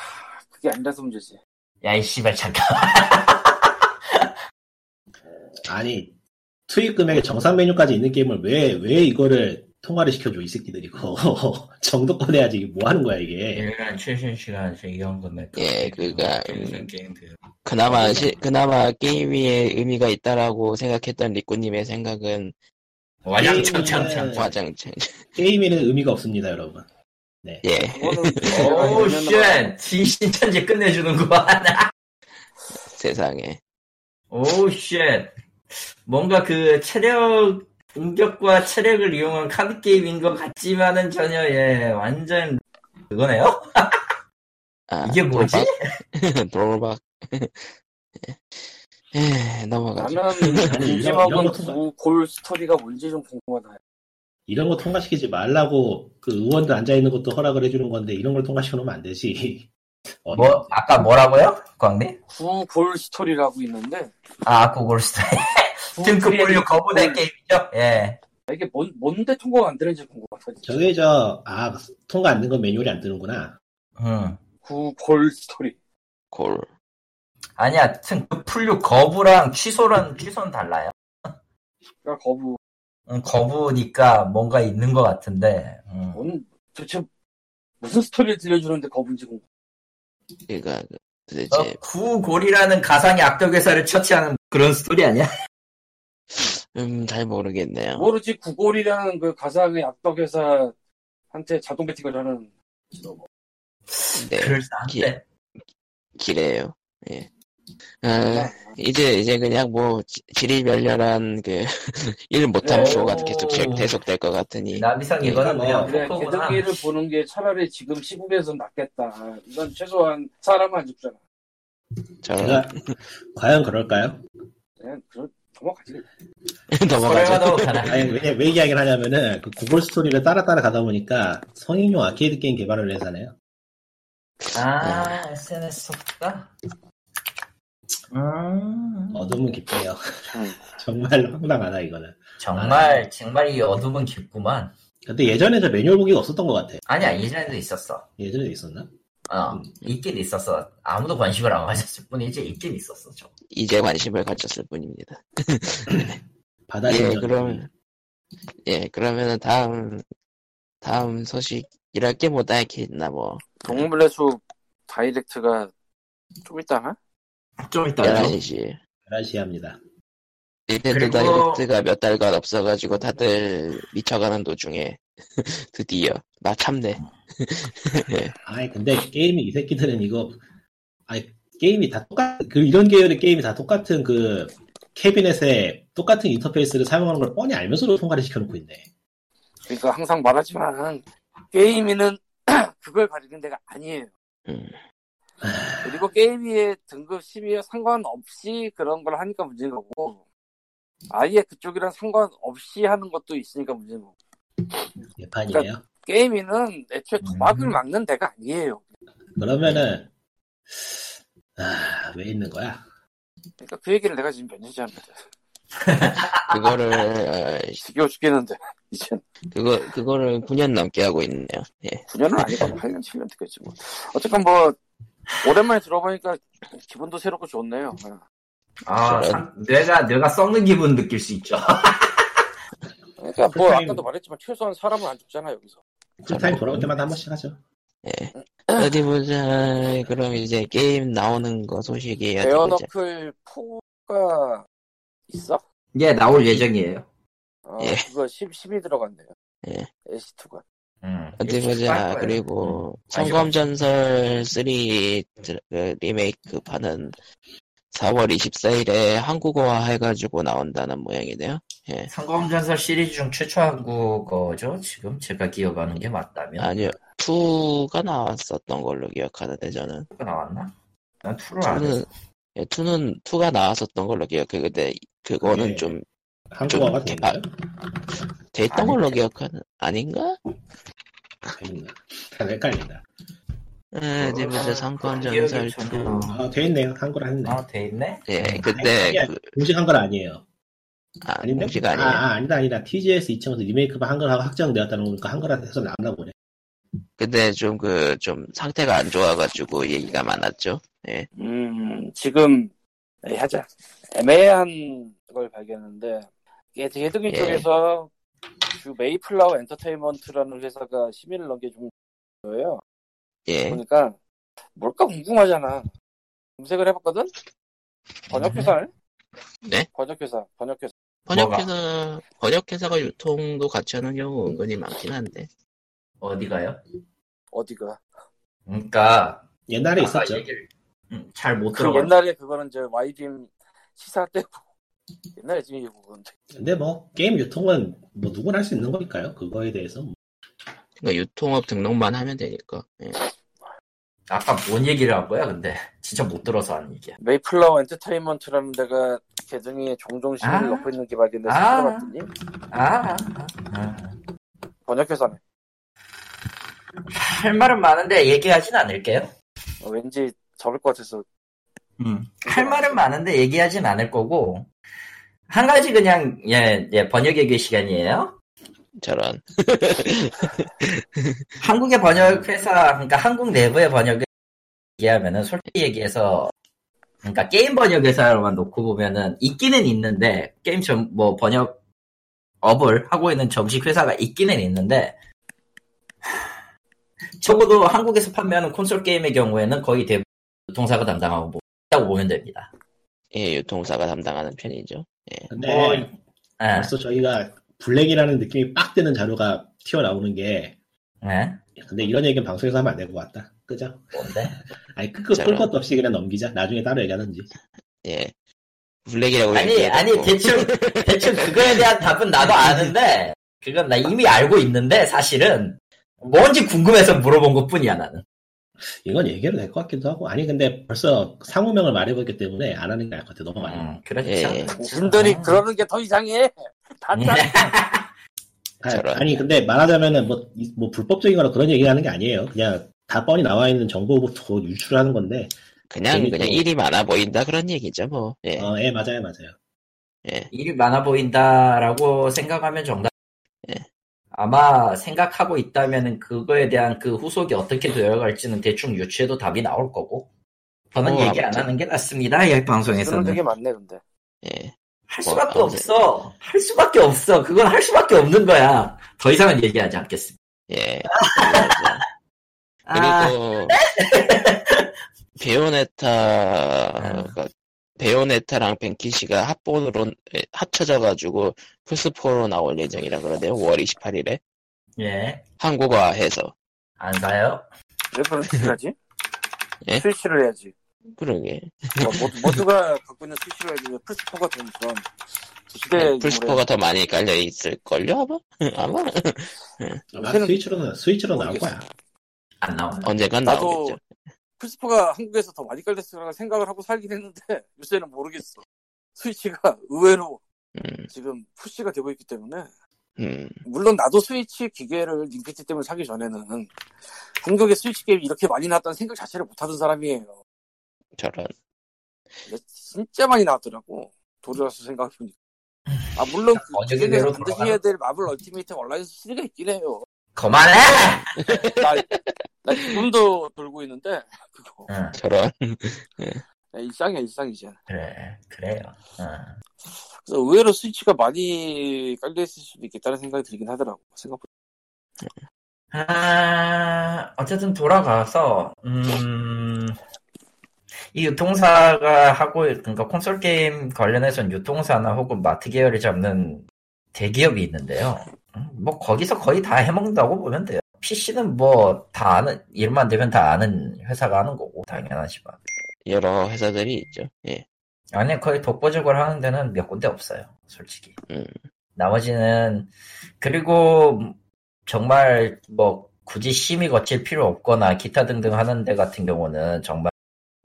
Speaker 4: 그게 아니라서 문제지.
Speaker 3: 야, 이 씨발, 잠깐.
Speaker 2: 아니 투입 금액에 정상 메뉴까지 있는 게임을 왜 왜 이거를 통과를 시켜줘 이 새끼들 이거 <laughs> 정도 꺼내야지 이게 뭐 하는 거야 이게
Speaker 3: 일간 예, 최신 시간 제기연금에
Speaker 1: 예, 그러니까, 음.
Speaker 3: 어, 게임들.
Speaker 1: 그나마 시- 그나마 게임 위에 의미가 있다라고 생각했던 리꾸님의 생각은
Speaker 3: 와장
Speaker 2: 네.
Speaker 3: 창창창.
Speaker 1: 과장 네.
Speaker 2: 게임에는 의미가 없습니다 여러분
Speaker 1: 예
Speaker 2: <laughs>
Speaker 4: 그거는 내가
Speaker 3: 오우
Speaker 4: 이러면은 막-
Speaker 3: 쉣! 진신천지 끝내주는 거 하나.
Speaker 1: 세상에
Speaker 3: 오우 쉣! 뭔가 그 체력, 공격과 체력을 이용한 카드 게임인 것 같지만은 전혀, 예, 완전, 그거네요?
Speaker 1: 아,
Speaker 3: 이게 뭐지?
Speaker 1: 도박 <laughs> 예, 넘어가죠
Speaker 4: 나는
Speaker 2: 아니, 이런
Speaker 4: 임진학원
Speaker 2: 거 통과-
Speaker 4: 두골 스토리가 뭔지 좀 궁금하다.
Speaker 2: 이런 거 통과시키지 말라고 그 의원들 앉아 있는 것도 허락을 해주는 건데 이런 걸 통과시켜 놓으면 안 되지 <laughs> 어디-
Speaker 3: 뭐, 아까 뭐라고요? 광대?
Speaker 4: 구골 스토리라고 있는데
Speaker 3: 아, 아까 골스타일.
Speaker 4: 구
Speaker 3: 등급
Speaker 4: 골-
Speaker 3: 그 분류 거부된
Speaker 4: 골.
Speaker 3: 게임이죠? 예.
Speaker 4: 이게 뭔 뭔데 통과가 안 되는지 궁금하다. 진짜.
Speaker 2: 저게 저아 통과 안 된 건 매뉴얼이 안 뜨는구나
Speaker 3: 음.
Speaker 4: 구골 스토리.
Speaker 1: 골
Speaker 3: 아니야, 등급 분류 거부랑 취소랑, 취소는 달라요.
Speaker 4: 가 거부.
Speaker 3: 음, 거부니까 뭔가 있는 것 같은데. 음.
Speaker 4: 뭔 도대체 무슨 스토리를 들려주는데 거부인지 궁금.
Speaker 1: 그러니까 도대체
Speaker 3: 어, 구골이라는 가상의 악덕 회사를 처치하는 그런 스토리 아니야?
Speaker 1: 음 잘 모르겠네요
Speaker 3: 어?
Speaker 4: 모르지 구골이라는 그 가상의 악덕 회사한테 자동 배팅을 하는.
Speaker 1: 네
Speaker 3: 그럴싸한데.
Speaker 1: 기래요 예
Speaker 4: 네.
Speaker 1: 아, 이제 이제 그냥 뭐 지- 지리멸렬한 그 <laughs> 일 못함
Speaker 4: 네.
Speaker 1: 쇼가 계속 계- 계속될 것 같으니
Speaker 3: 나비상 이거는
Speaker 2: 그러니까
Speaker 3: 그냥
Speaker 1: 아,
Speaker 2: 뭐,
Speaker 4: 그래
Speaker 3: 포커구나.
Speaker 4: 개정기를 보는 게 차라리 지금 시국에서 낫겠다. 이건 최소한 사람은 안 죽잖아.
Speaker 1: 저런
Speaker 2: 제가 과연 그럴까요?
Speaker 4: 그냥 그런 넘어가지.
Speaker 3: 네. 설마
Speaker 1: <laughs> 넘어가죠 예.
Speaker 3: 더 가나.
Speaker 2: 아니 왜, 왜 이야기를 하냐면은 그 구글 스토리를 따라 따라 가다 보니까 성인용 아케이드 게임 개발을 회사네요
Speaker 3: 아, SNS 속다. 음.
Speaker 2: 어둠은 깊네요 <laughs> 정말 황당하다 이거는
Speaker 3: 정말 정말 이 어둠은 깊구만.
Speaker 2: 근데 예전에 저 매뉴얼 보기가 없었던 것 같아
Speaker 3: 아니야 예전에도 있었어.
Speaker 2: 예전에 있었나?
Speaker 3: 어 있긴 있었어. 아무도 관심을 안 가졌을 뿐이지 있긴 있었어. 저.
Speaker 1: 이제 관심을 가졌을 뿐입니다.
Speaker 2: 바다
Speaker 3: 네.
Speaker 1: 예,
Speaker 2: 심전.
Speaker 1: 그럼- 예, 그러면은 다음, 다음 소식이랄 게 뭐 딱히 있나, 뭐.
Speaker 4: 동물의 숲 다이렉트가 좀 있다 하나?
Speaker 3: 좀
Speaker 1: 11시.
Speaker 2: 11시 합니다.
Speaker 1: 닌텐도
Speaker 3: 그리고-
Speaker 1: 다이렉트가 몇 달간 없어가지고 다들 미쳐가는 도중에 <laughs> 드디어 나 참네.
Speaker 2: 아이, 근데 게임이, 이 새끼들은 이거, 아이, 게임이 다 똑같, 그, 이런 계열의 게임이 다 똑같은 그, 캐비넷에 똑같은 인터페이스를 사용하는 걸 뻔히 알면서도 통과를 시켜놓고 있네.
Speaker 4: 그러니까 항상 말하지만 게임이는 <clears throat> 그걸 가리는 데가 아니에요.
Speaker 1: 음.
Speaker 4: 그리고 게임의 등급 10위와 상관없이 그런 걸 하니까 문제인 거고 아예 그쪽이랑 상관없이 하는 것도 있으니까 문제인 거고
Speaker 2: 예판이에요.
Speaker 4: 게임이는 애초에 도박을
Speaker 3: 음.
Speaker 4: 막는 데가 아니에요.
Speaker 2: 그러면은, 아, 왜 있는 거야?
Speaker 4: 그러니까 그 얘기를 내가 지금 몇 년째 합니다. <laughs>
Speaker 1: 그거를, 어,
Speaker 4: 지겨워 죽겠는데 <laughs> 이젠
Speaker 1: 그거, 그거를 9년 넘게 하고 있네요. 예.
Speaker 4: 9년은 아니고 8년 7년 됐겠지 뭐 어쨌건 뭐 오랜만에 들어보니까 기분도 새롭고 좋네요. 아.
Speaker 3: 아 상- 뇌가 뇌가 썩는 기분 느낄 수 있죠. <laughs>
Speaker 4: 그러니까 뭐
Speaker 2: 풀타임.
Speaker 4: 아까도 말했지만 최소한 사람은 안 죽잖아 여기서.
Speaker 2: 풀타임 돌아올 때마다 한 번씩 하죠.
Speaker 1: 어디 보자. 그럼 이제 게임 나오는 거 소식이 어디 보자.
Speaker 4: 베어너클 4가 있어?
Speaker 3: 예 나올 예정이에요.
Speaker 4: 어,
Speaker 1: 예.
Speaker 4: 그거 10, 10이 들어갔네요.
Speaker 1: 예.
Speaker 4: 에시2가.
Speaker 3: 음.
Speaker 1: 어디 보자. 그리고 성검전설 3 리메이크 판은 4월 24일에 한국어화 해가지고 나온다는 모양이네요.
Speaker 3: 성검전설 시리즈 중 최초한국어죠? 지금 제가 기억하는 게 맞다면
Speaker 1: 아니요. 2가 나왔었던 걸로 기억하는데 저는
Speaker 3: 2가 나왔나? 난 2를 안 했어
Speaker 1: 2는 예, 2는 2가 나왔었던 걸로 기억해. 근데 그거는
Speaker 2: 네.
Speaker 1: 좀
Speaker 2: 한국어가
Speaker 1: 좀
Speaker 2: 됐나요?
Speaker 1: 됐던
Speaker 3: 아니.
Speaker 1: 걸로 기억하는 아닌가?
Speaker 2: 됐나? 잘 헷갈린다.
Speaker 1: 예, 어디 보자.
Speaker 3: 아, 기억이
Speaker 1: 성검전설 2.
Speaker 3: 전혀-
Speaker 2: 아, 돼 있네요. 한글 했네.
Speaker 3: 아, 돼 있네?
Speaker 1: 예, 근데 그,
Speaker 2: 공식 한글 아니에요.
Speaker 1: 아,
Speaker 2: 아닌데?
Speaker 1: 공지가
Speaker 2: 아,
Speaker 1: 아니에요.
Speaker 2: 아, 아니다, 아니다. TGS 2000에서 리메이크가 한글하고 확정되었다는 거니까 한글화 해서 나왔나 보네.
Speaker 1: 근데 좀 그, 좀 상태가 안 좋아가지고 얘기가 많았죠. 예.
Speaker 4: 음, 지금 에이, 하자. 애매한 걸 발견했는데 이게 헤드윈
Speaker 1: 예.
Speaker 4: 쪽에서 주 메이플라워 엔터테인먼트라는 회사가 심의를 넘겨준 거예요.
Speaker 1: 예.
Speaker 4: 보니까 뭘까 궁금하잖아. 검색을 해봤거든. 번역회사를?
Speaker 1: 네?
Speaker 4: 번역회사, 번역회사.
Speaker 3: 뭐,
Speaker 1: 번역회사, 번역회사가 유통도 같이 하는 경우 은근히 많긴 한데.
Speaker 3: 어디가요?
Speaker 4: 어디가?
Speaker 3: 그러니까
Speaker 2: 옛날에
Speaker 3: 아까
Speaker 1: 예.
Speaker 2: 있었죠.
Speaker 3: 얘기를, 음, 잘못
Speaker 4: 그
Speaker 3: 들어봤.
Speaker 4: 옛날에 그거는 이제 YBM 시사 때 <laughs> 옛날에 지금 이거 그건데.
Speaker 2: 근데 뭐 게임 유통은 뭐 누구나 할 수 있는 거니까요. 그거에 대해서 뭐.
Speaker 1: 그러니까 유통업 등록만 하면 되니까. 예.
Speaker 3: 아까 뭔 얘기를 한 거야? 근데 진짜 못 들어서 하는 얘기야.
Speaker 4: 메이플라워 엔터테인먼트라는 데가 계정에 종종
Speaker 3: 아.
Speaker 4: 시비를 넣고 있는 게 발견돼서
Speaker 3: 아.
Speaker 4: 찾아봤더니
Speaker 3: 아, 아, 아.
Speaker 4: 번역회사네.
Speaker 3: 할 말은 많은데 얘기하진 않을게요.
Speaker 4: 어, 왠지 접을 것 같아서
Speaker 3: 할 말은 많은데 얘기하진 않을 거고 한 가지 그냥 예, 예 번역 얘기 시간이에요.
Speaker 1: 저런.
Speaker 3: 한국의 번역 회사 그러니까 한국 내부의 번역을 얘기하면은 솔직히 얘기해서 그러니까 게임 번역 회사로만 놓고 보면은 있기는 있는데 게임 점 뭐 번역 업을 하고 있는 정식 회사가 있기는 있는데 적어도 한국에서 판매하는 콘솔 게임의 경우에는 거의 대부분 유통사가 담당하고 뭐 있다고 보면 됩니다.
Speaker 1: 예, 유통사가 담당하는 편이죠.
Speaker 2: 근데
Speaker 3: 뭐, 예,
Speaker 2: 벌써 저희가 블랙이라는 느낌이 빡 드는 자료가 튀어나오는 게
Speaker 3: 예,
Speaker 2: 근데 이런 얘기는 방송에서 하면 안 될 것 같다. 그죠?
Speaker 3: 뭔데?
Speaker 2: <laughs> 아니 끄끄 끌
Speaker 1: 저런.
Speaker 2: 것도 없이 그냥 넘기자. 나중에 따로 얘기하든지.
Speaker 1: 예. 블랙이라고
Speaker 3: 아니,
Speaker 1: 얘기해도
Speaker 3: 아니,
Speaker 1: 뭐.
Speaker 3: 대충, 대충 그거에 대한 답은 나도 아는데, 그건 나 이미 알고 있는데, 사실은. 뭔지 궁금해서 물어본 것 뿐이야, 나는.
Speaker 2: 이건 얘기해도 될 것 같기도 하고 아니 근데 벌써 상호명을 말해버렸기 때문에 안 하는 게 나을 것 같아. 넘어가요.
Speaker 3: 그렇죠.
Speaker 1: 예.
Speaker 4: 님들이
Speaker 3: 음.
Speaker 4: 그러는 게 더 이상해. <laughs> 단단.
Speaker 3: 네. 예.
Speaker 2: 아,
Speaker 1: 저런.
Speaker 2: 아니 근데 말하자면은 뭐, 이- 뭐 불법적이거나 그런 얘기하는 게 아니에요. 그냥 다 뻔히 나와 있는 정보부터 유출하는 건데.
Speaker 1: 그냥,
Speaker 2: 재밌고.
Speaker 1: 그냥 일이 많아 보인다 그런 얘기죠, 뭐. 예.
Speaker 2: 어, 예 맞아요 맞아요.
Speaker 3: <laughs> 일이 많아 보인다라고 생각하면 정답.
Speaker 1: 예.
Speaker 3: 아마 생각하고 있다면은 그거에 대한 그 후속이 어떻게 되어갈지는 대충 유추해도 답이 나올 거고. 저는
Speaker 1: 어,
Speaker 3: 얘기 안
Speaker 1: 아무튼.
Speaker 3: 하는 게 낫습니다, 이
Speaker 4: 그런
Speaker 3: 방송에서는.
Speaker 4: 되게 많네 근데.
Speaker 1: 예.
Speaker 3: 할
Speaker 1: 뭐,
Speaker 3: 수밖에
Speaker 1: 아무튼.
Speaker 3: 없어. 할 수밖에 없어. 그건 할 수밖에 없는 거야. 더 이상은 얘기하지 않겠습니다. <laughs>
Speaker 1: 예.
Speaker 3: 아,
Speaker 1: 그리고 베요네타가 베요네타랑 벤키시가 합본으로 에, 합쳐져가지고 플스4로 나올 예정이라 그러네요. 5월 28일에
Speaker 3: 예.
Speaker 1: 한국화해서
Speaker 3: 안 사요?
Speaker 4: 왜 그런 짓을 하지?
Speaker 1: 예?
Speaker 4: 스위치를 해야지.
Speaker 1: 그러게
Speaker 4: 어, 모두, 모두가 갖고 있는 스위치를 해야지. 왜 플스4가 된 그런 시대
Speaker 1: 네,
Speaker 4: 유물에
Speaker 1: 플스4가 더 많이 깔려 있을 걸요 아마 <laughs> 아마
Speaker 2: 아마
Speaker 4: 요새는
Speaker 2: 스위치로는 스위치로 나올
Speaker 4: 모르겠어요.
Speaker 2: 거야.
Speaker 3: 안 나와.
Speaker 1: 언젠간
Speaker 4: 나도-
Speaker 1: 나오겠죠.
Speaker 4: 플스4가 한국에서 더 많이 깔렸을 거라 생각을 하고 살긴 했는데 <laughs> 요새는 모르겠어. 스위치가 의외로
Speaker 1: 음,
Speaker 4: 지금 푸시가 되고 있기 때문에
Speaker 1: 음,
Speaker 4: 물론 나도 스위치 기계를 링피티 때문에 사기 전에는 한국에 스위치 게임이 이렇게 많이 나왔다는 생각 자체를 못하던 사람이에요.
Speaker 1: 저런
Speaker 4: 근데 진짜 많이 나왔더라고. 돌아서 생각해보니까. 아, 물론 그
Speaker 3: 어느
Speaker 4: 기계에서
Speaker 3: 기계로
Speaker 4: 반드시
Speaker 3: 돌아가나?
Speaker 4: 해야 될 마블 얼티메이트 온라인 시리가 있긴 해요.
Speaker 3: 그만해!
Speaker 4: 나, 나 지금도 돌고 있는데 그거
Speaker 3: 응,
Speaker 1: 저런
Speaker 4: 야, 일상이야 일상이지.
Speaker 3: 그래, 그래요. 응.
Speaker 4: 그래서 의외로 스위치가 많이 깔려있을 수도 있겠다는 생각이 들긴 하더라고. 생각보다.
Speaker 3: 아, 어쨌든 돌아가서, 음, 이 유통사가 하고, 그러니까 콘솔 게임 관련해서는 유통사나 혹은 마트 계열이 잡는 대기업이 있는데요. 음, 뭐, 거기서 거의 다 해먹는다고 보면 돼요. PC는 뭐, 다 아는, 일만 되면 다 아는 회사가 하는 거고, 당연하지만.
Speaker 1: 여러 회사들이 있죠. 예,
Speaker 3: 아니, 거의 독보적으로 하는 데는 몇 군데 없어요, 솔직히.
Speaker 1: 음.
Speaker 3: 나머지는, 그리고, 정말, 뭐, 굳이 심의 거칠 필요 없거나, 기타 등등 하는 데 같은 경우는, 정말,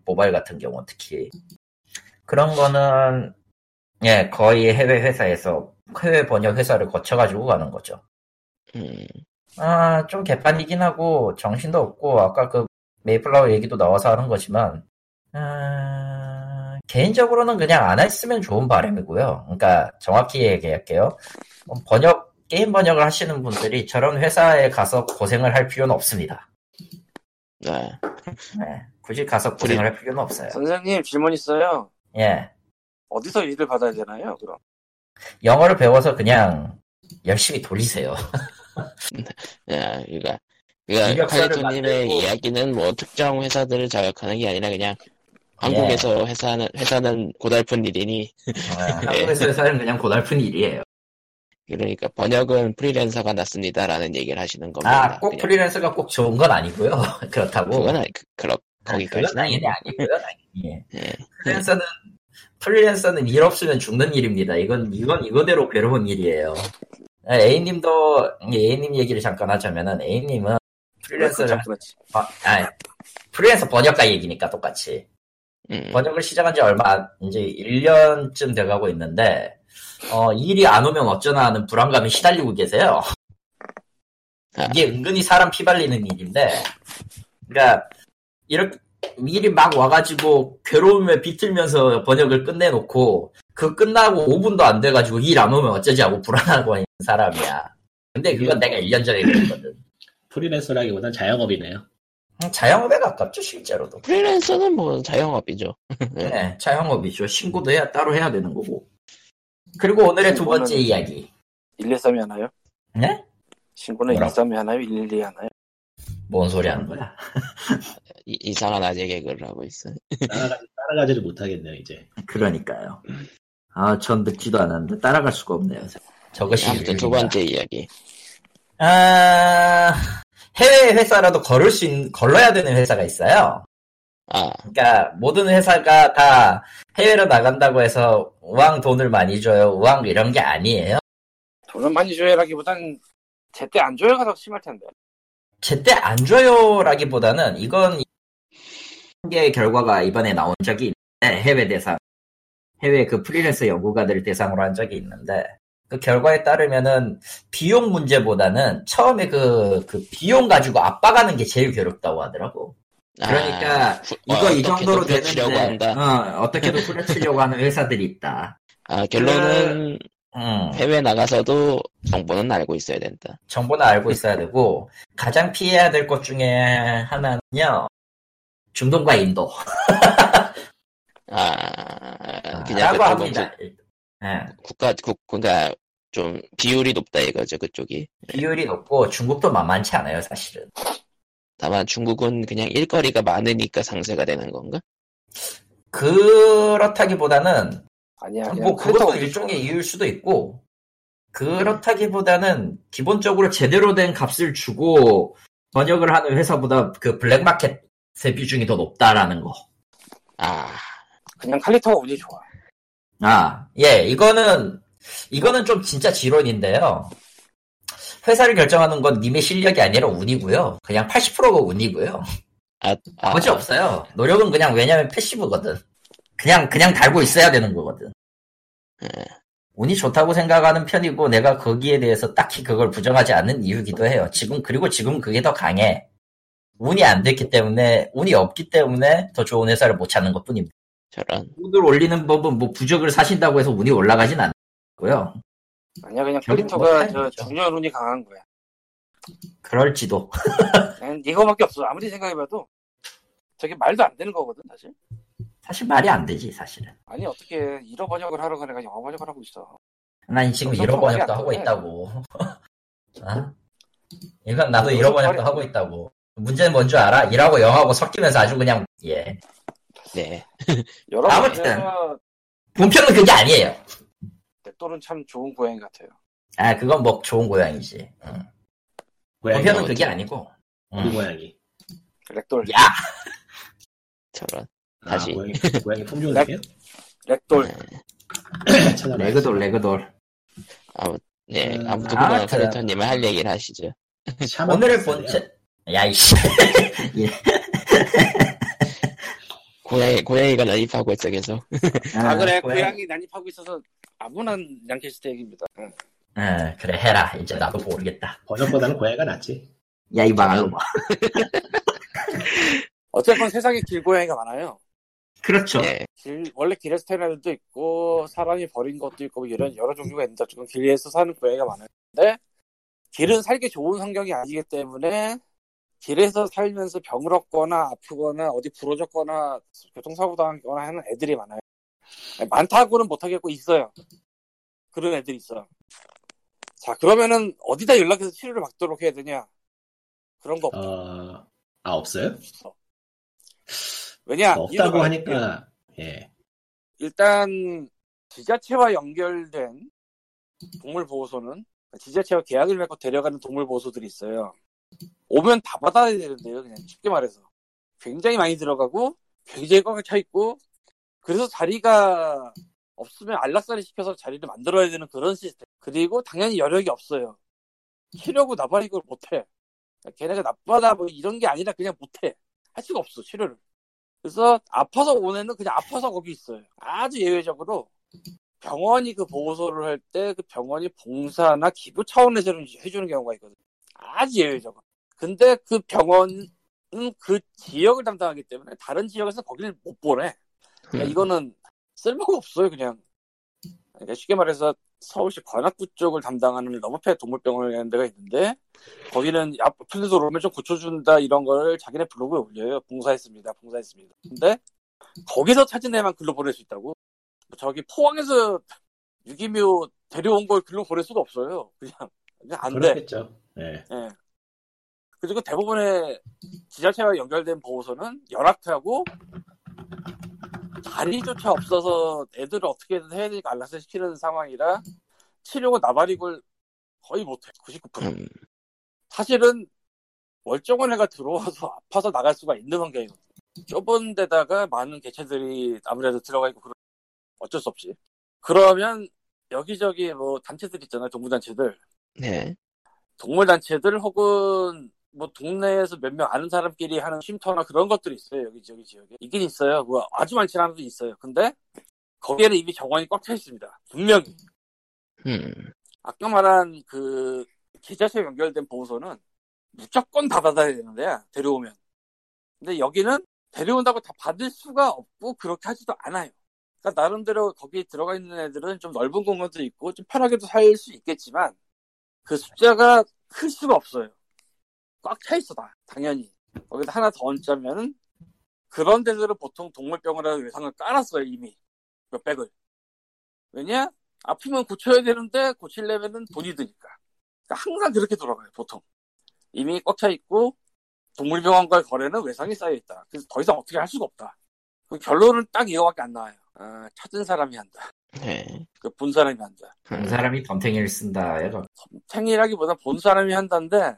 Speaker 3: 모바일 같은 경우 특히. 그런 거는, 예, 거의 해외 회사에서, 해외 번역 회사를 거쳐가지고 가는 거죠.
Speaker 1: 음,
Speaker 3: 아, 좀 개판이긴 하고, 정신도 없고, 아까 그 메이플라워 얘기도 나와서 하는 거지만, 음, 개인적으로는 그냥 안 했으면 좋은 바람이고요. 그러니까 정확히 얘기할게요. 어, 번역 게임 번역을 하시는 분들이 저런 회사에 가서 고생을 할 필요는 없습니다.
Speaker 1: 네.
Speaker 3: 네, 굳이 가서 고생을 할 필요는 없어요.
Speaker 4: 네, 선생님 질문 있어요.
Speaker 3: 예,
Speaker 4: 어디서 일을 받아야 되나요? 그럼
Speaker 3: 영어를 배워서 그냥 열심히 돌리세요.
Speaker 1: 야, 그러니까, 그러니까
Speaker 2: 이력서를
Speaker 1: 칼리토님의
Speaker 2: 만들고.
Speaker 1: 이야기는 뭐 특정 회사들을 자극하는 게 아니라 그냥
Speaker 3: 예.
Speaker 1: 한국에서 회사는 회사는 고달픈 일이니
Speaker 3: 네,
Speaker 1: <laughs> 네.
Speaker 3: 한국에서 회사는 그냥 고달픈 일이에요.
Speaker 1: 그러니까 번역은 프리랜서가 낫습니다라는 얘기를 하시는 겁니다.
Speaker 3: 아, 꼭
Speaker 1: 그냥
Speaker 3: 프리랜서가 꼭 좋은 건 아니고요. <laughs> 그렇다고.
Speaker 1: 그건 아니 그, 그렇
Speaker 3: 그건
Speaker 1: 거기까지는 아니.
Speaker 3: 당연히 아니고요. 당연히. 예.
Speaker 1: 예.
Speaker 3: 프리랜서는 프리랜서는 일 없으면 죽는 일입니다. 이건 이건 이거대로 괴로운 일이에요. 아, A님도 예, A님 얘기를 잠깐 하자면은 A님은 프리랜서를
Speaker 4: 그렇지.
Speaker 3: 아, 아, 프리랜서 번역가 얘기니까 똑같이
Speaker 1: 음,
Speaker 3: 번역을 시작한 지 얼마 안- 이제 1년쯤 돼가고 있는데 어, 일이 안 오면 어쩌나 하는 불안감에 시달리고 계세요.
Speaker 1: 아.
Speaker 3: 이게 은근히 사람 피발리는 일인데, 그러니까 이렇게 일이 막 와가지고 괴로움에 비틀면서 번역을 끝내놓고 그 끝나고 5분도 안 돼가지고 일 안 오면 어쩌지 하고 불안하고 있는 사람이야. 근데 그건 내가 1년 전에 그랬거든. 음,
Speaker 2: 프리랜서라기보단 자영업이네요.
Speaker 3: 자영업에 가깝죠 실제로도.
Speaker 1: 프리랜서는 뭐 자영업이죠.
Speaker 3: 네, 차영업이죠. 신고도 해야 따로 해야 되는 거고. 그리고 오늘의 두 번째
Speaker 4: 신고는-
Speaker 3: 이야기.
Speaker 4: 113이 하나요?
Speaker 3: 네?
Speaker 4: 신고는
Speaker 3: 뭐라고?
Speaker 4: 113이 하나요? 112 하나요?
Speaker 3: 뭔 소리 하는 거야?
Speaker 1: 이, 이상한 아재 개그를 하고 있어.
Speaker 2: 따라가, 따라가지를 못하겠네요 이제.
Speaker 3: <laughs> 그러니까요. 아, 전 듣지도 않았는데 따라갈 수가 없네요. 저것이
Speaker 1: 아무튼 두
Speaker 3: 일입니다.
Speaker 1: 번째 이야기.
Speaker 3: 아, 해외 회사라도 걸을 수 있는, 걸러야 되는 회사가 있어요.
Speaker 1: 아,
Speaker 3: 그러니까 모든 회사가 다 해외로 나간다고 해서 우왕 돈을 많이 줘요. 우왕 이런 게 아니에요.
Speaker 4: 돈은 많이 줘야라기보단 제때 안 줘야가 더 심할 텐데.
Speaker 3: 제때 안 줘요라기보다는 이건 이게 결과가 이번에 나온 적이 있는데 해외 대상 해외 그 프리랜서 연구가들을 대상으로 한 적이 있는데 그 결과에 따르면은 비용 문제보다는 처음에 그, 그 비용 가지고 압박하는 게 제일 괴롭다고 하더라고.
Speaker 1: 아,
Speaker 3: 그러니까
Speaker 1: 후- 어,
Speaker 3: 이거 이
Speaker 1: 어떻게
Speaker 3: 정도로
Speaker 1: 높여치려고
Speaker 3: 되는데
Speaker 1: 한다.
Speaker 3: 어, 어떻게든 뿌려치려고 하는 회사들이 있다.
Speaker 1: 아, 결론은
Speaker 3: 음.
Speaker 1: 해외 나가서도 정보는 알고 있어야 된다.
Speaker 3: 정보는 알고 있어야 되고 가장 피해야 될 것 중에 하나는요 중동과 인도
Speaker 1: 아, 그냥
Speaker 3: 라고
Speaker 1: 그쪽은
Speaker 3: 합니다. 예,
Speaker 1: 국가 국 그러니까 좀 비율이 높다 이거죠 그쪽이
Speaker 3: 비율이 높고 중국도 만만치 않아요 사실은.
Speaker 1: 다만 중국은 그냥 일거리가 많으니까 상세가 되는 건가?
Speaker 3: 그렇다기보다는
Speaker 4: 아니야.
Speaker 3: 뭐
Speaker 4: 그냥
Speaker 3: 그것도
Speaker 4: 카톡으로
Speaker 3: 일종의 이유일 수도 있고 그렇다기보다는 기본적으로 제대로 된 값을 주고 번역을 하는 회사보다 그 블랙마켓의 비중이 더 높다라는 거.
Speaker 1: 아
Speaker 4: 그냥 칼리터가 운이 좋아.
Speaker 3: 아, 예, 이거는, 이거는 좀 진짜 지론인데요. 회사를 결정하는 건 님의 실력이 아니라 운이고요. 그냥 80%가 운이고요.
Speaker 1: 아, 아,
Speaker 3: 거지 없어요. 노력은 그냥 왜냐면 패시브거든. 그냥, 그냥 달고 있어야 되는 거거든.
Speaker 1: 예.
Speaker 3: 운이 좋다고 생각하는 편이고, 내가 거기에 대해서 딱히 그걸 부정하지 않는 이유기도 해요. 지금, 그리고 지금 그게 더 강해. 운이 안 됐기 때문에, 운이 없기 때문에 더 좋은 회사를 못 찾는 것 뿐입니다.
Speaker 1: 저런
Speaker 3: 운을 올리는 법은 뭐 부적을 사신다고 해서 운이 올라가진 않고요.
Speaker 4: 아니야 그냥
Speaker 3: 결국 뭐
Speaker 4: 칼리터가
Speaker 3: 못하는
Speaker 4: 저
Speaker 3: 거죠.
Speaker 4: 중년 운이 강한 거야.
Speaker 3: 그럴지도.
Speaker 4: 그냥 이거밖에 없어. 아무리 생각해봐도 저게 말도 안 되는 거거든 사실.
Speaker 3: 사실 말이 안 되지, 사실은.
Speaker 4: 아니 어떻게 일어 번역을 하러 가니까 영어 번역을 하고 있어.
Speaker 3: 난 지금
Speaker 4: 그건
Speaker 3: 이런 번역도
Speaker 4: 좀 예.
Speaker 3: 하고
Speaker 4: 말이 안
Speaker 3: 있다고. 아? 이건 나도
Speaker 4: 그건
Speaker 3: 이런
Speaker 4: 좀
Speaker 3: 번역도
Speaker 4: 말이-
Speaker 3: 하고 있다고. 문제는 뭔 줄 알아? 일하고 영하고 섞이면서 아주 그냥, 예.
Speaker 1: 네
Speaker 4: 여러
Speaker 3: 아무튼.
Speaker 4: 번역에서
Speaker 3: 본편은 그게 아니에요.
Speaker 4: 넥돌은 네, 참 좋은 고양이 같아요.
Speaker 3: 아, 그건 뭐 좋은 고양이지. 응.
Speaker 2: 고양이
Speaker 3: 본편은
Speaker 1: 어디-
Speaker 3: 그게 아니고.
Speaker 2: 우리
Speaker 3: 응.
Speaker 2: 고양이.
Speaker 4: 렉돌.
Speaker 3: 야!
Speaker 1: 저런
Speaker 2: 아,
Speaker 1: 다시.
Speaker 2: 고양이 고양이 품종이에요? <clears throat>
Speaker 4: 렉돌.
Speaker 2: 찾아봐요.
Speaker 3: 레그돌, 레그돌.
Speaker 1: 네
Speaker 2: 음,
Speaker 1: 아무튼
Speaker 3: 아,
Speaker 1: 그거는
Speaker 3: 그래요.
Speaker 1: 칼리토님은 할 얘기를 하시죠.
Speaker 2: 샤먼
Speaker 3: 오늘의
Speaker 2: 박사예요.
Speaker 3: 본체. 야, 이씨.
Speaker 1: 고양이 고양이가 난입하고 있어 계속.
Speaker 4: 아 그래 고양이 난입하고 있어서 아무난 양캐스트입니다. 네.
Speaker 3: 응, 아, 그래, 해라. 이제 나도 모르겠다.
Speaker 2: 번역보다는 고양이가 낫지.
Speaker 3: 야, 이 망할 놈아.
Speaker 4: 어쨌건 세상에 길고양이가 많아요.
Speaker 2: 그렇죠.
Speaker 1: 예.
Speaker 4: 길 원래 길에서 태어나는도
Speaker 2: 네.
Speaker 4: 있고 사람이 버린 것도 있고 뭐 이런 여러 종류가 있는데 조금 길에서 사는 고양이가 많은데
Speaker 2: 네.
Speaker 4: 길은 살기 좋은 환경이 아니기 때문에 길에서 살면서 병을 얻거나 아프거나 어디 부러졌거나 교통사고 당하거나 하는 애들이 많아요. 많다고는 못하겠고 있어요. 그런 애들이 있어. 자 그러면은 어디다 연락해서 치료를 받도록 해야 되냐? 그런 거 없-
Speaker 2: 어, 아 없어요? 뭐
Speaker 4: 없어. 왜냐 아, 이유가
Speaker 2: 없다고 하니까 예.
Speaker 4: 일단 지자체와 연결된 동물 보호소는 지자체와 계약을 맺고 데려가는 동물 보호소들이 있어요. 오면 다 받아야 되는데요, 그냥 쉽게 말해서 굉장히 많이 들어가고 굉장히 꽉 차 있고 그래서 자리가 없으면 안락사를 시켜서 자리를 만들어야 되는 그런 시스템. 그리고 당연히 여력이 없어요. 치료고 나발이 그걸 못해. 그러니까 걔네가 나쁘다 뭐 이런 게 아니라 그냥 못해. 할 수가 없어 치료를. 그래서 아파서 온 애는 그냥 아파서 거기 있어요. 아주 예외적으로 병원이 그 보호소를 할 때 그 병원이 봉사나 기부 차원에서 해주는 경우가 있거든요. 아주 예외적으로. 근데 그 병원은 그 지역을 담당하기 때문에 다른 지역에서 거기를 못 보내. 그러니까 이거는 쓸모가 없어요, 그냥. 그러니까 쉽게 말해서 서울시 관악구 쪽을 담당하는 러브페 동물병원이라는 데가 있는데 거기는 아픈데도 오면 좀 고쳐준다 이런 걸 자기네 블로그에 올려요. 봉사했습니다. 봉사했습니다. 근데 거기서 찾은 애만 글로 보낼 수 있다고? 저기 포항에서 유기묘 데려온 걸 글로 보낼 수가 없어요. 그냥, 그냥 안 돼.
Speaker 2: 그렇겠죠. 예.
Speaker 4: 예. 그리고 대부분의 지자체와 연결된 보호소는 열악하고 자리조차 없어서 애들을 어떻게든 해야 되니까 안락사 시키는 상황이라 치료고 나발이골 거의 못해. 99%.
Speaker 1: 음,
Speaker 4: 사실은 월정원 회가 들어와서 아파서 나갈 수가 있는 환경이거든요. 좁은 데다가 많은 개체들이 아무래도 들어가 있고 그러 어쩔 수 없이. 그러면 여기저기 뭐 단체들 있잖아요. 동부단체들.
Speaker 1: 네.
Speaker 4: 동물단체들 혹은 뭐 동네에서 몇 명 아는 사람끼리 하는 쉼터나 그런 것들이 있어요 여기 저기 지역에 있긴 있어요 뭐 아주 많지는 않아도 있어요 근데 거기에는 이미 정원이 꽉 차 있습니다 분명히
Speaker 1: 음,
Speaker 4: 아까 말한 그 기자체 연결된 보호소는 무조건 다 받아야 되는데 데려오면 근데 여기는 데려온다고 다 받을 수가 없고 그렇게 하지도 않아요 그러니까 나름대로 거기 들어가 있는 애들은 좀 넓은 공간도 있고 좀 편하게도 살 수 있겠지만 그 숫자가 클 수가 없어요 꽉 차 있어 다 당연히 거기다 하나 더 얹자면은 그런 데들은 보통 동물병원이라는 외상을 깔았어요 이미 몇백을 왜냐 아프면 고쳐야 되는데 고치려면은 돈이 드니까. 그러니까 항상 그렇게 돌아가요, 보통. 이미 꽉 차 있고 동물병원과의 거래는 외상이 쌓여 있다. 그래서 더 이상 어떻게 할 수가 없다. 그 결론은 딱 이거밖에 안 나와요. 아, 찾은 사람이 한다.
Speaker 1: 네.
Speaker 4: 그 본 사람이 한다.
Speaker 3: 그 사람이 덤탱이를 쓴다. 이거
Speaker 4: 생일하기보다 본 사람이 한다인데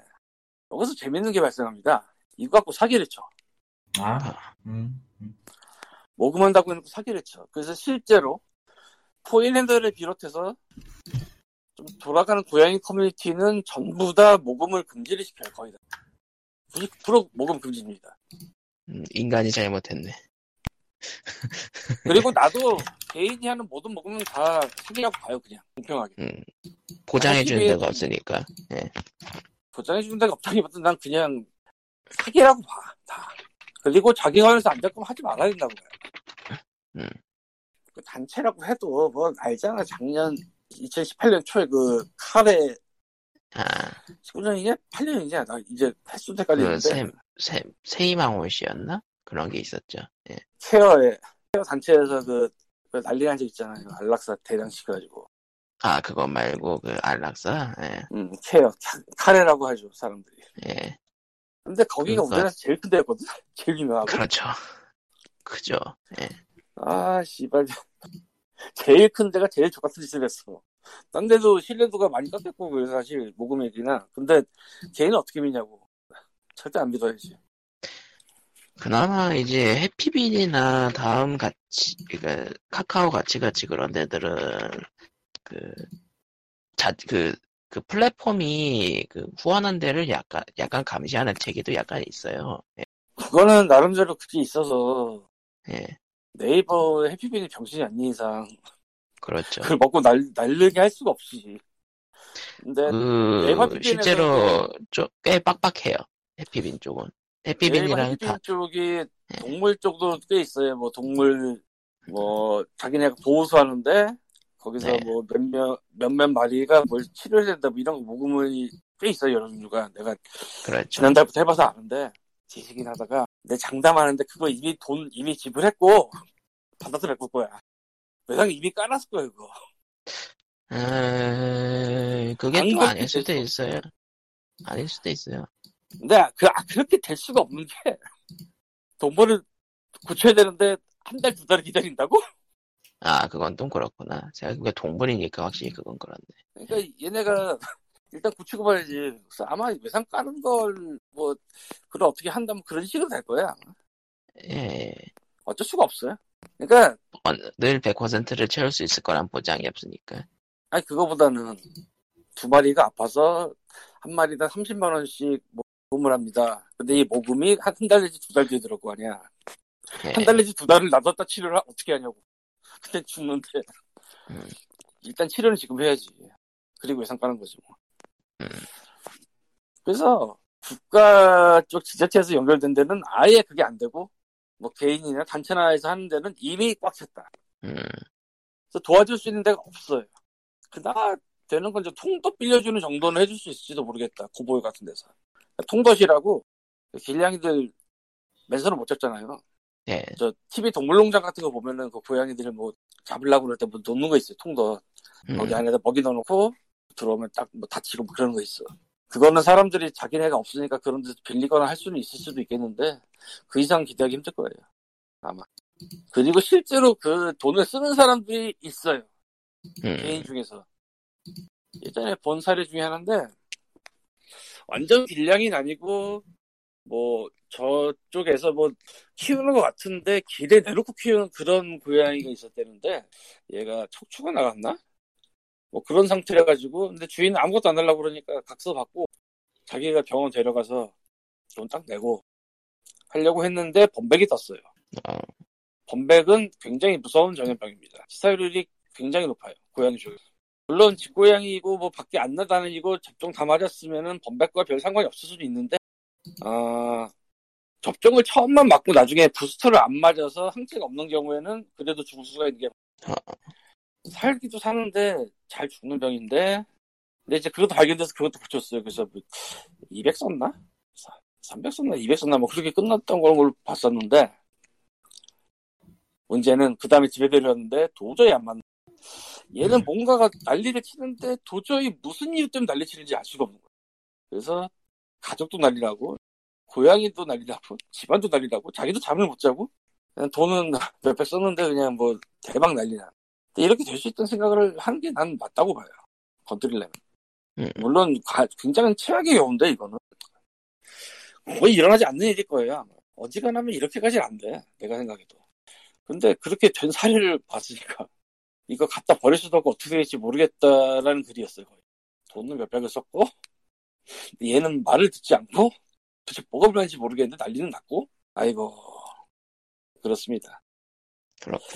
Speaker 4: 여기서 재밌는 게 발생합니다. 이거 갖고 사기를 쳐.
Speaker 3: 아, 음,
Speaker 4: 모금한다고 해놓고 사기를 쳐. 그래서 실제로 포인핸들을 비롯해서 좀 돌아가는 고양이 커뮤니티는 전부 다 모금을 금지를 시켜요, 거의 다. 90% 모금 금지입니다.
Speaker 1: 음, 인간이 잘못했네.
Speaker 4: 그리고 나도 개인이 하는 모든 모금은 다 사기라고 봐요, 그냥. 공평하게.
Speaker 1: 보장해주는
Speaker 4: 사실-
Speaker 1: 데가 없으니까.
Speaker 4: 보장해주는 데가 없다기보다 난 그냥 사기라고 봐, 다. 그리고 자기 관해서 안 잡고 하지 말아야 된다고 봐요.
Speaker 1: 음.
Speaker 4: 그 단체라고 해도 뭐 알잖아, 작년 2018년 초에 그 카레
Speaker 1: 아,
Speaker 4: 19년이냐? 8년이냐? 나 이제 횟수
Speaker 1: 그,
Speaker 4: 헷갈리는데
Speaker 1: 세, 세, 세이망올 씨였나? 그런 게 있었죠. 예.
Speaker 4: 케어에 케어 단체에서 그, 그 난리 난 적 있잖아요. 그 안락사 대량 시켜가지고
Speaker 1: 아, 그거 말고, 그, 안락사? 예,
Speaker 4: 음, 케어 카- 카레라고 하죠 사람들이.
Speaker 1: 예.
Speaker 4: 근데 거기가
Speaker 1: 그러니까.
Speaker 4: 우리나라에서 제일 큰 데였거든. <laughs> 제일 유명하고.
Speaker 1: 그렇죠. <laughs> 그죠.
Speaker 4: 아 씨발 <laughs> 제일 큰 데가 제일 족같은 짓을 했어. 딴 데도 신뢰도가 많이 깎였고 그래서 사실 모금액이나 근데 걔는 어떻게 믿냐고. 절대 안 믿어야지.
Speaker 1: 그나마 이제 해피빈이나 다음 같이, 그니까, 카카오 같이 같이 그런 데들은, 그, 자, 그, 그 플랫폼이 그 후원한 데를 약간, 약간 감시하는 체계도 약간 있어요.
Speaker 4: 그거는 나름대로 그게 있어서
Speaker 1: 예,
Speaker 4: 네이버 해피빈이 병신이 아닌 이상
Speaker 1: 그렇죠.
Speaker 4: 그걸 먹고 날, 날르게 할 수가 없지. 근데
Speaker 1: 그,
Speaker 4: 네이버 해피빈에서
Speaker 1: 실제로 좀, 꽤 빡빡해요. 해피빈 쪽은. 해피빈이랑
Speaker 4: 네,
Speaker 1: 다 예.
Speaker 4: 쪽이 동물 쪽도 꽤 있어요. 뭐 동물 뭐 자기네가 보호소하는데 거기서
Speaker 1: 네.
Speaker 4: 뭐 몇몇 몇몇 마리가 뭘 치료해야 된다 뭐 이런 거 모금을 꽤 있어요 여러 종류가 내가
Speaker 1: 그렇죠.
Speaker 4: 지난달부터 해봐서 아는데 지식인 하다가 내 장담하는데 그거 이미 돈 이미 지불했고 <laughs> 받아서 메꿀 거야. 매장 이미 깔았을 거야 그거.
Speaker 1: 음, 그게 또
Speaker 4: 방법이
Speaker 1: 아닐 수도
Speaker 4: 있어.
Speaker 1: 있어요. 아닐 수도 있어요.
Speaker 4: 근데 그 아, 그렇게 될 수가 없는 게 <laughs> 돈 버는 고쳐야 되는데 한 달 두 달을 기다린다고?
Speaker 1: 아, 그건 좀 그렇구나. 제가 그게 동물이니까 확실히 그건 그렇네.
Speaker 4: 그러니까 얘네가 일단 고치고 봐야지. 그래서 아마 외상 까는 걸 뭐 그걸 어떻게 한다면 그런 식으로 될 거야. 아마.
Speaker 1: 예.
Speaker 4: 어쩔 수가 없어요. 그러니까
Speaker 1: 어, 늘 100%를 채울 수 있을 거란 보장이 없으니까.
Speaker 4: 아니 그거보다는 두 마리가 아파서 한 마리당 30만 원씩 모금을 합니다. 근데 이 모금이 한 달 내지 두 달 뒤에 들어올 거 아니야.
Speaker 1: 예.
Speaker 4: 한 달 내지 두 달을 놔뒀다 치료를 하- 어떻게 하냐고. <laughs> 그때 죽는데
Speaker 1: 음.
Speaker 4: 일단 치료는 지금 해야지. 그리고 예상 까는 거지 뭐.
Speaker 1: 음.
Speaker 4: 그래서 국가 쪽 지자체에서 연결된 데는 아예 그게 안 되고 뭐 개인이나 단체나 에서 하는 데는 이미 꽉 찼다.
Speaker 1: 음,
Speaker 4: 그래서 도와줄 수 있는 데가 없어요. 그나마 되는 건 이제 통도 빌려주는 정도는 해줄 수 있을지도 모르겠다. 고보일 같은 데서. 그러니까 통덫이라고 그 길냥이들 맨손을 못 잡잖아요.
Speaker 1: 예.
Speaker 4: 저 TV 동물농장 같은 거 보면은 그 고양이들을 뭐 잡으려고 그럴 때뭐 놓는 거 있어요. 통도
Speaker 1: 음,
Speaker 4: 거기 안에다 먹이 넣어놓고 들어오면 딱 뭐 다치고 뭐 그런 거 있어. 그거는 사람들이 자기네가 없으니까 그런 데서 빌리거나 할 수는 있을 수도 있겠는데 그 이상 기대하기 힘들 거예요. 아마. 그리고 실제로 그 돈을 쓰는 사람들이 있어요.
Speaker 1: 음.
Speaker 4: 개인 중에서. 예전에 본 사례 중에 하나인데, 완전 길냥이는 아니고, 뭐, 저쪽에서 뭐, 키우는 것 같은데, 길에 내놓고 키우는 그런 고양이가 있었대는데, 얘가 척추가 나갔나? 뭐 그런 상태라가지고, 근데 주인은 아무것도 안 하려고 그러니까 각서 받고, 자기가 병원 데려가서 돈 딱 내고, 하려고 했는데, 범백이 떴어요.
Speaker 1: 어.
Speaker 4: 범백은 굉장히 무서운 전염병입니다. 치사율이 굉장히 높아요. 고양이 쪽에. 물론 집고양이고 뭐 밖에 안 나다니고 접종 다 맞았으면은 범백과 별 상관이 없을 수도 있는데 아 접종을 처음만 맞고 나중에 부스터를 안 맞아서 항체가 없는 경우에는 그래도 죽을 수가 있는 게
Speaker 1: 아.
Speaker 4: 살기도 사는데 잘 죽는 병인데 근데 이제 그것도 발견돼서 그것도 고쳤어요. 그래서 뭐200 썼나? 300 썼나? 200 썼나? 뭐 그렇게 끝났던 걸로 봤었는데 문제는 그 다음에 집에 데려왔는데 도저히 안 맞는 얘는 뭔가가 난리를 치는데 도저히 무슨 이유 때문에 난리 치는지 알 수가 없는 거야. 그래서 가족도 난리나고, 고양이도 난리나고, 집안도 난리나고, 자기도 잠을 못 자고, 그냥 돈은 <laughs> 몇백 썼는데 그냥 뭐 대박 난리나. 근데 이렇게 될 수 있다는 생각을 하는 게 난 맞다고 봐요. 건드리려면.
Speaker 1: 음.
Speaker 4: 물론 과- 굉장히 최악의 경우인데 이거는. 거의 일어나지 않는 일일 거예요. 아마. 어지간하면 이렇게까지는 안 돼. 내가 생각해도. 근데 그렇게 된 사례를 봤으니까 이거 갖다 버릴 수도 없고 어떻게 될지 모르겠다라는 글이었어요. 거의. 돈을 몇백을 썼고 근데 얘는 말을 듣지 않고 도대체 뭐가 불안한지 모르겠는데 난리는 났고 아이고 그렇습니다.
Speaker 1: 그렇군.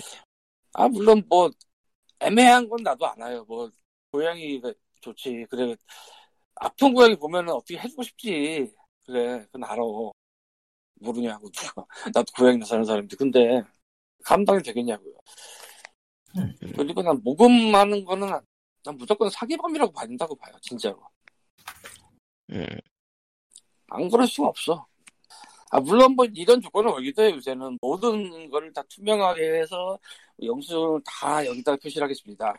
Speaker 4: 아 물론 뭐 애매한 건 나도 알아요. 뭐 고양이가 좋지 그래 아픈 고양이 보면은 어떻게 해주고 싶지 그래 그건 알아 모르냐고 누가 <laughs> 나도 고양이나 사는 사람인데 근데 감당이 되겠냐고요. 그리고 난 모금하는 거는 난 무조건 사기범이라고 봐준다고 봐요, 진짜로.
Speaker 1: 음.
Speaker 4: 안 그럴 수가 없어. 아, 물론 뭐 이런 조건을 걸기도 해요, 요새는. 모든 거를 다 투명하게 해서 영수증을 다 여기다 표시를 하겠습니다.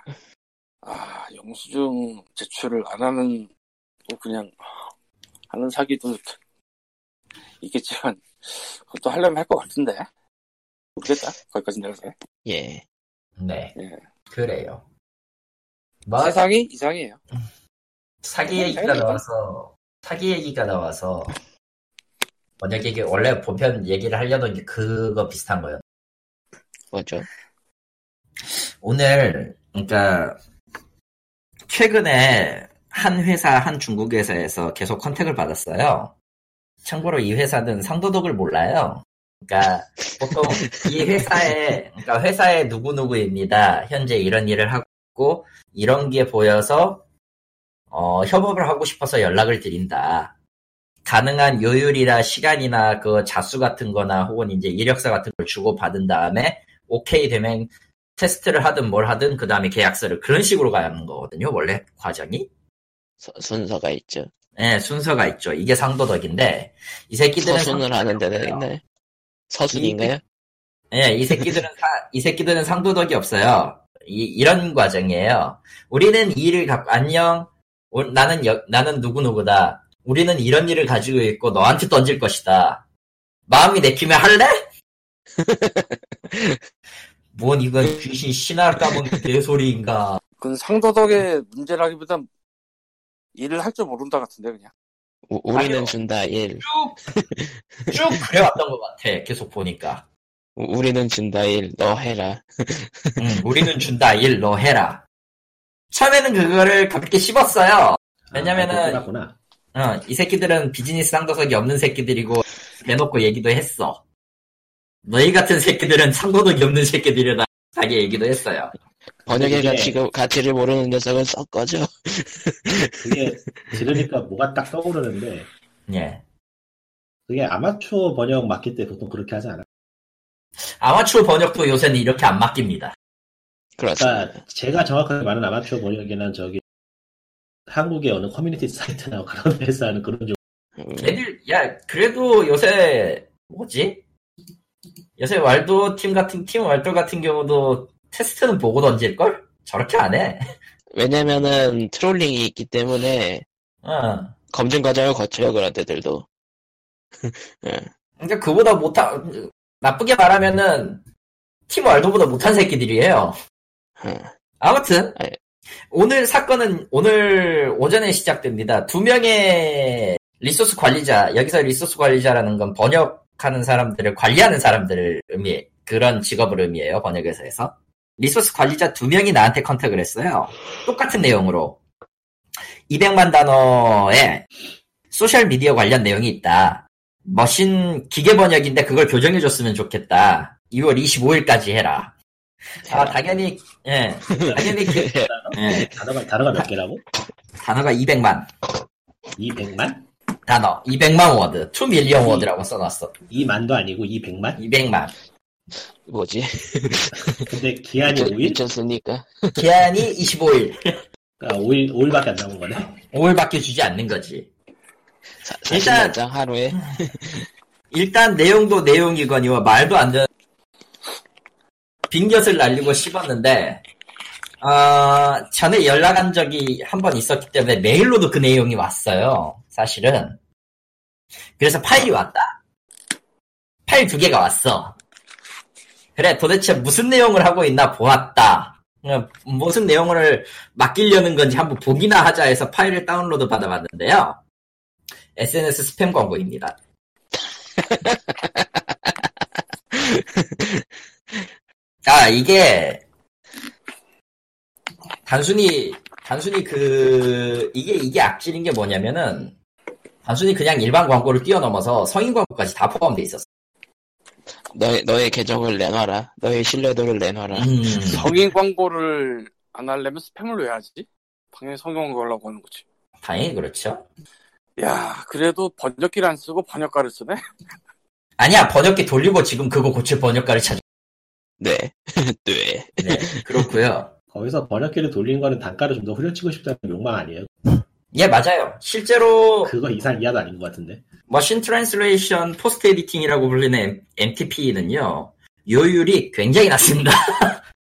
Speaker 4: 아, 영수증 제출을 안 하는, 또 그냥, 하는 사기도 있겠지만, 그것도 하려면 할 것 같은데. 모르겠다. 거기까지 내려서.
Speaker 1: 예.
Speaker 3: 네.
Speaker 4: 예.
Speaker 3: 그래요. 뭐
Speaker 4: 세상이 이상해요.
Speaker 3: 사기 얘기가 나와서 사기 얘기가 나와서 만약에 이게 원래 본편 얘기를 하려던 게 그거 비슷한 거예요.
Speaker 1: 뭐죠?
Speaker 3: 오늘 그러니까 최근에 한 회사 한 중국 회사에서 계속 컨택을 받았어요. 참고로 이 회사는 상도덕을 몰라요. 그러니까 보통 이 회사에 그러니까 회사에 누구 누구입니다. 현재 이런 일을 하고 이런 게 보여서 어, 협업을 하고 싶어서 연락을 드린다. 가능한 요율이나 시간이나 그 자수 같은 거나 혹은 이제 이력서 같은 걸 주고 받은 다음에 오케이 되면 테스트를 하든 뭘 하든 그 다음에 계약서를 그런 식으로 가야 하는 거거든요. 원래 과정이.
Speaker 1: 서- 순서가 있죠.
Speaker 3: 예, 순서가 있죠. 이게 상도덕인데 이 새끼들은
Speaker 1: 서순을 하는 데는
Speaker 3: 없어요.
Speaker 1: 있나요? 서순인가요?
Speaker 3: 예, 이 새끼들은 사, 이 새끼들은 상도덕이 없어요. 이, 이런 과정이에요. 우리는 이 일을 갖고 안녕. 오- 나는 여- 나는 누구 누구다. 우리는 이런 일을 가지고 있고 너한테 던질 것이다. 마음이
Speaker 1: <laughs>
Speaker 3: 내키면 할래? 뭔 이건 귀신 신화를 까본 개소리인가?
Speaker 4: 그건 상도덕의 문제라기보단 일을 할 줄 모른다 같은데 그냥
Speaker 1: 우, 우리는
Speaker 3: 아니요.
Speaker 1: 준다 1.
Speaker 3: 쭉 그래왔던 것 같아. 계속 보니까.
Speaker 1: 우, 리는 준다 1. 너 해라.
Speaker 3: 음, 우리는 준다 일 너 해라. 처음에는 그거를 가볍게 씹었어요.
Speaker 2: 아,
Speaker 3: 왜냐면은-
Speaker 2: 구나
Speaker 3: 어, 이 새끼들은 비즈니스 상도덕이 없는 새끼들이고 내놓고 얘기도 했어. 너희 같은 새끼들은 상도덕이 없는 새끼들이라 자기 얘기도 했어요.
Speaker 1: 번역의
Speaker 3: 예.
Speaker 2: 이게-
Speaker 1: 가치가, 가치를 모르는 녀석은 썩 꺼져.
Speaker 2: 그게 들으니까 뭐가 딱 떠오르는데
Speaker 3: 예.
Speaker 2: 그게 아마추어 번역 맡길 때 보통 그렇게 하지 않아.
Speaker 3: 아마추어 번역도 요새는 이렇게 안 맡깁니다.
Speaker 1: 그렇습니다.
Speaker 2: 그러니까 제가 정확하게 말하는 아마추어 번역이란 저기 한국의 어느 커뮤니티 사이트나 <laughs> 그런 데서 하는 그런 좀
Speaker 3: 그러니까
Speaker 1: 음,
Speaker 3: 애들, 야, 그래도 요새, 뭐지? 요새 왈도 팀 같은, 팀 왈도 같은 경우도 테스트는 보고 던질걸? 저렇게 안 해. <laughs>
Speaker 1: 왜냐면은 트롤링이 있기 때문에
Speaker 3: 어.
Speaker 1: 검증 과정을 거쳐요, 그런 데들도.
Speaker 3: 그러니까 그보다 못한 나쁘게 말하면은 팀 왈도보다 못한 새끼들이에요.
Speaker 1: 음.
Speaker 3: 아무튼
Speaker 1: 네.
Speaker 3: 오늘 사건은 오늘 오전에 시작됩니다. 두 명의 리소스 관리자 여기서 리소스 관리자라는 건 번역하는 사람들을 관리하는 사람들을 의미 그런 직업을 의미해요 번역 회사에서 리소스 관리자 두 명이 나한테 컨택을 했어요. 똑같은 내용으로 200만 단어에 소셜 미디어 관련 내용이 있다. 머신 기계 번역인데 그걸 교정해 줬으면 좋겠다. 2월 25일까지 해라. 아 당연히 <laughs> 예 당연히 그- 예,
Speaker 2: 단어가 단어가 몇 개라고?
Speaker 3: 단어가 200만
Speaker 2: 200만?
Speaker 3: 단어 200만 워드 2 밀리언 워드라고 써놨어
Speaker 2: 2만도 아니고
Speaker 3: <laughs>
Speaker 2: 200만?
Speaker 3: 200만
Speaker 1: 뭐지?
Speaker 2: 근데 기한이
Speaker 1: 미쳤-
Speaker 2: 5일?
Speaker 1: 미쳤으니까.
Speaker 3: 기한이 25일
Speaker 2: 그러니까 5일 5일밖에 안 남은 거네.
Speaker 3: 5일밖에 주지 않는 거지
Speaker 1: 사,
Speaker 3: 일단-
Speaker 1: 40만 장 하루에.
Speaker 3: 일단 내용도 내용이거니와 말도 안 되는 빈곁을 날리고 씹었는데 아 전에 연락한 적이 한 번 있었기 때문에 메일로도 그 내용이 왔어요 사실은 그래서 파일이 왔다 파일 두 개가 왔어 그래 도대체 무슨 내용을 하고 있나 보았다 그냥 무슨 내용을 맡기려는 건지 한번 보기나 하자 해서 파일을 다운로드 받아봤는데요 SNS 스팸 광고입니다 아, 이게, 단순히, 단순히 그, 이게, 이게 악질인 게 뭐냐면은, 단순히 그냥 일반 광고를 뛰어넘어서 성인 광고까지 다 포함돼 있었어.
Speaker 1: 너의, 너의 계정을 내놔라. 너의 신뢰도를 내놔라.
Speaker 3: <laughs> 음,
Speaker 4: 성인 광고를 안 하려면 스팸을 왜 하지? 당연히 성인 광고 하려고 하는 거지
Speaker 3: 당연히 그렇죠.
Speaker 4: 야 그래도 번역기를 안 쓰고 번역가를 쓰네
Speaker 3: 아니야, 번역기 돌리고 지금 그거 고칠 번역가를 찾아.
Speaker 1: 네. <laughs> 네.
Speaker 3: <laughs> 네, 그렇고요
Speaker 2: 거기서 번역기를 돌린 거는 단가를 좀 더 후려치고 싶다는 욕망 아니에요?
Speaker 3: 예, 맞아요. 실제로,
Speaker 2: 그거 이상 이하도 아닌 것 같은데.
Speaker 3: 머신 트랜스레이션 포스트 에디팅이라고 불리는 MTP는요, 요율이 굉장히 낮습니다.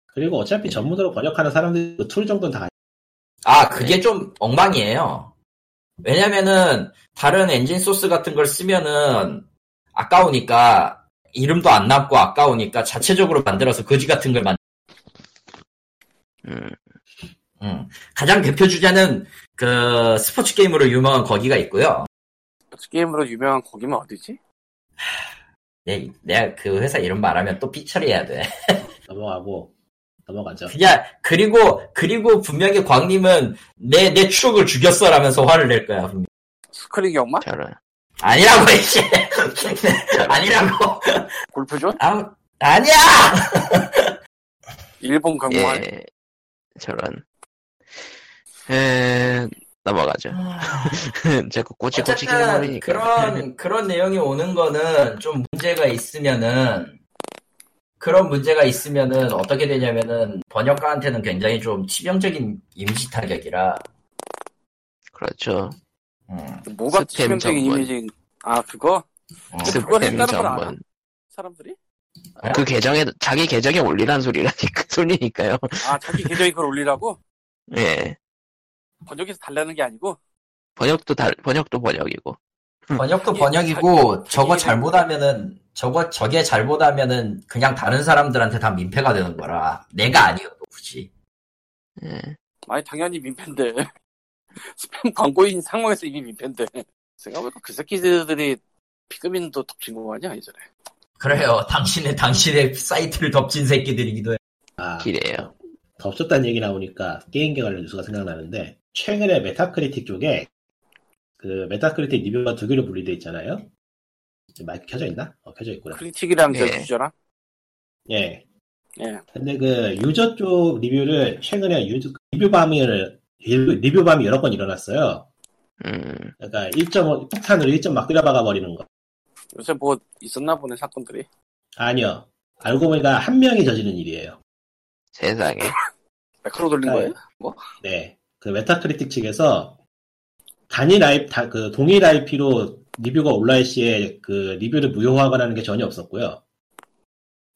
Speaker 2: 그리고 어차피 전문으로 번역하는 사람들 그툴 정도는 다
Speaker 3: 아, 그게 좀 엉망이에요. 왜냐면은, 다른 엔진 소스 같은 걸 쓰면은, 아까우니까, 이름도 안 남고 아까우니까 자체적으로 만들어서 거지 같은 걸 만,
Speaker 1: 음,
Speaker 3: 음. 가장 대표 주자는, 그, 스포츠 게임으로 유명한 거기가 있고요.
Speaker 4: 게임으로 유명한 거기면 어디지?
Speaker 3: 내, 내가 그 회사 이름 말하면 또 삐처리해야 돼. <laughs>
Speaker 2: 넘어가고 넘어가죠.
Speaker 3: 그냥, 그리고, 그리고 분명히 광님은 내, 내 추억을 죽였어 라면서 화를 낼 거야, 분명히.
Speaker 4: 스크린 경마?
Speaker 1: 저런.
Speaker 3: 아니라고, 이씨! <laughs> 아니라고!
Speaker 4: 골프존?
Speaker 3: 아무, 아니야!
Speaker 4: 일본 경마?
Speaker 1: 예. 저런. 에, 넘어가죠. <laughs> 자꾸 꼬치꼬치기는
Speaker 3: 어쨌든
Speaker 1: 버리니까.
Speaker 3: 그런 그런 내용이 오는 거는 좀 문제가 있으면은 그런 문제가 있으면은 어떻게 되냐면은 번역가한테는 굉장히 좀 치명적인 임시 타격이라
Speaker 1: <laughs> 그렇죠.
Speaker 3: 음,
Speaker 4: 뭐가
Speaker 1: 스팸
Speaker 4: 치명적인
Speaker 1: 정권.
Speaker 4: 이미지? 아 그거?
Speaker 3: 어.
Speaker 4: 근데 그걸
Speaker 1: 스팸
Speaker 4: 했다는 걸 알아?
Speaker 1: 전문.
Speaker 4: 사람들이?
Speaker 1: 그 계정에 자기 계정에 올리란 소리라니까 <laughs> 소리니까요.
Speaker 4: 아 자기 계정에 그걸 올리라고?
Speaker 1: 예.
Speaker 4: 번역해서 달라는 게 아니고?
Speaker 1: 번역도 다 번역도 번역이고.
Speaker 3: 번역도
Speaker 4: 예,
Speaker 3: 번역이고
Speaker 4: 자기-
Speaker 3: 저거
Speaker 4: 자기-
Speaker 3: 잘못하면은 저거 저게 잘못하면은 그냥 다른 사람들한테 다 민폐가 되는 거라 내가 아니어도 굳이
Speaker 1: 예.
Speaker 4: 아니 당연히 민폐인데 <laughs> 스팸 광고인 상황에서 이미 민폐인데 생각해보니까 그 새끼들이 피그민도 덮친 거 아니야 이전에
Speaker 3: 그래요 당신의 당신의 사이트를 덮친 새끼들이기도 해
Speaker 2: 아,
Speaker 1: 길이에요.
Speaker 2: 덥쳤다는 얘기 나오니까 게임계 관련 뉴스가 생각나는데 최근에 메타크리틱 쪽에 그 메타크리틱 리뷰가 두 개로 분리돼 있잖아요. 지금 마이크 켜져 있나? 어, 켜져 있구나.
Speaker 4: 그 크리틱이랑 저
Speaker 1: 예.
Speaker 4: 주저랑
Speaker 2: 예.
Speaker 4: 예.
Speaker 2: 근데 그 유저 쪽 리뷰를 최근에 유저 그 리뷰 밤을 리뷰, 리뷰 밤이 여러 건 일어났어요.
Speaker 1: 음.
Speaker 2: 그러니까 1.5 폭탄으로 1점 막 들여박아 버리는 거.
Speaker 4: 요새 뭐 있었나 보네 사건들이
Speaker 2: 아니요. 알고 보니까 한 명이 저지른 일이에요.
Speaker 1: 세상에.
Speaker 4: 매크로 돌린
Speaker 2: 아,
Speaker 4: 거예요?
Speaker 2: 네. 그 메타크리틱 측에서 단일 IP, 다, 그 동일 IP로 리뷰가 올라올 시에 그 리뷰를 무효화하거나 하는 게 전혀 없었고요.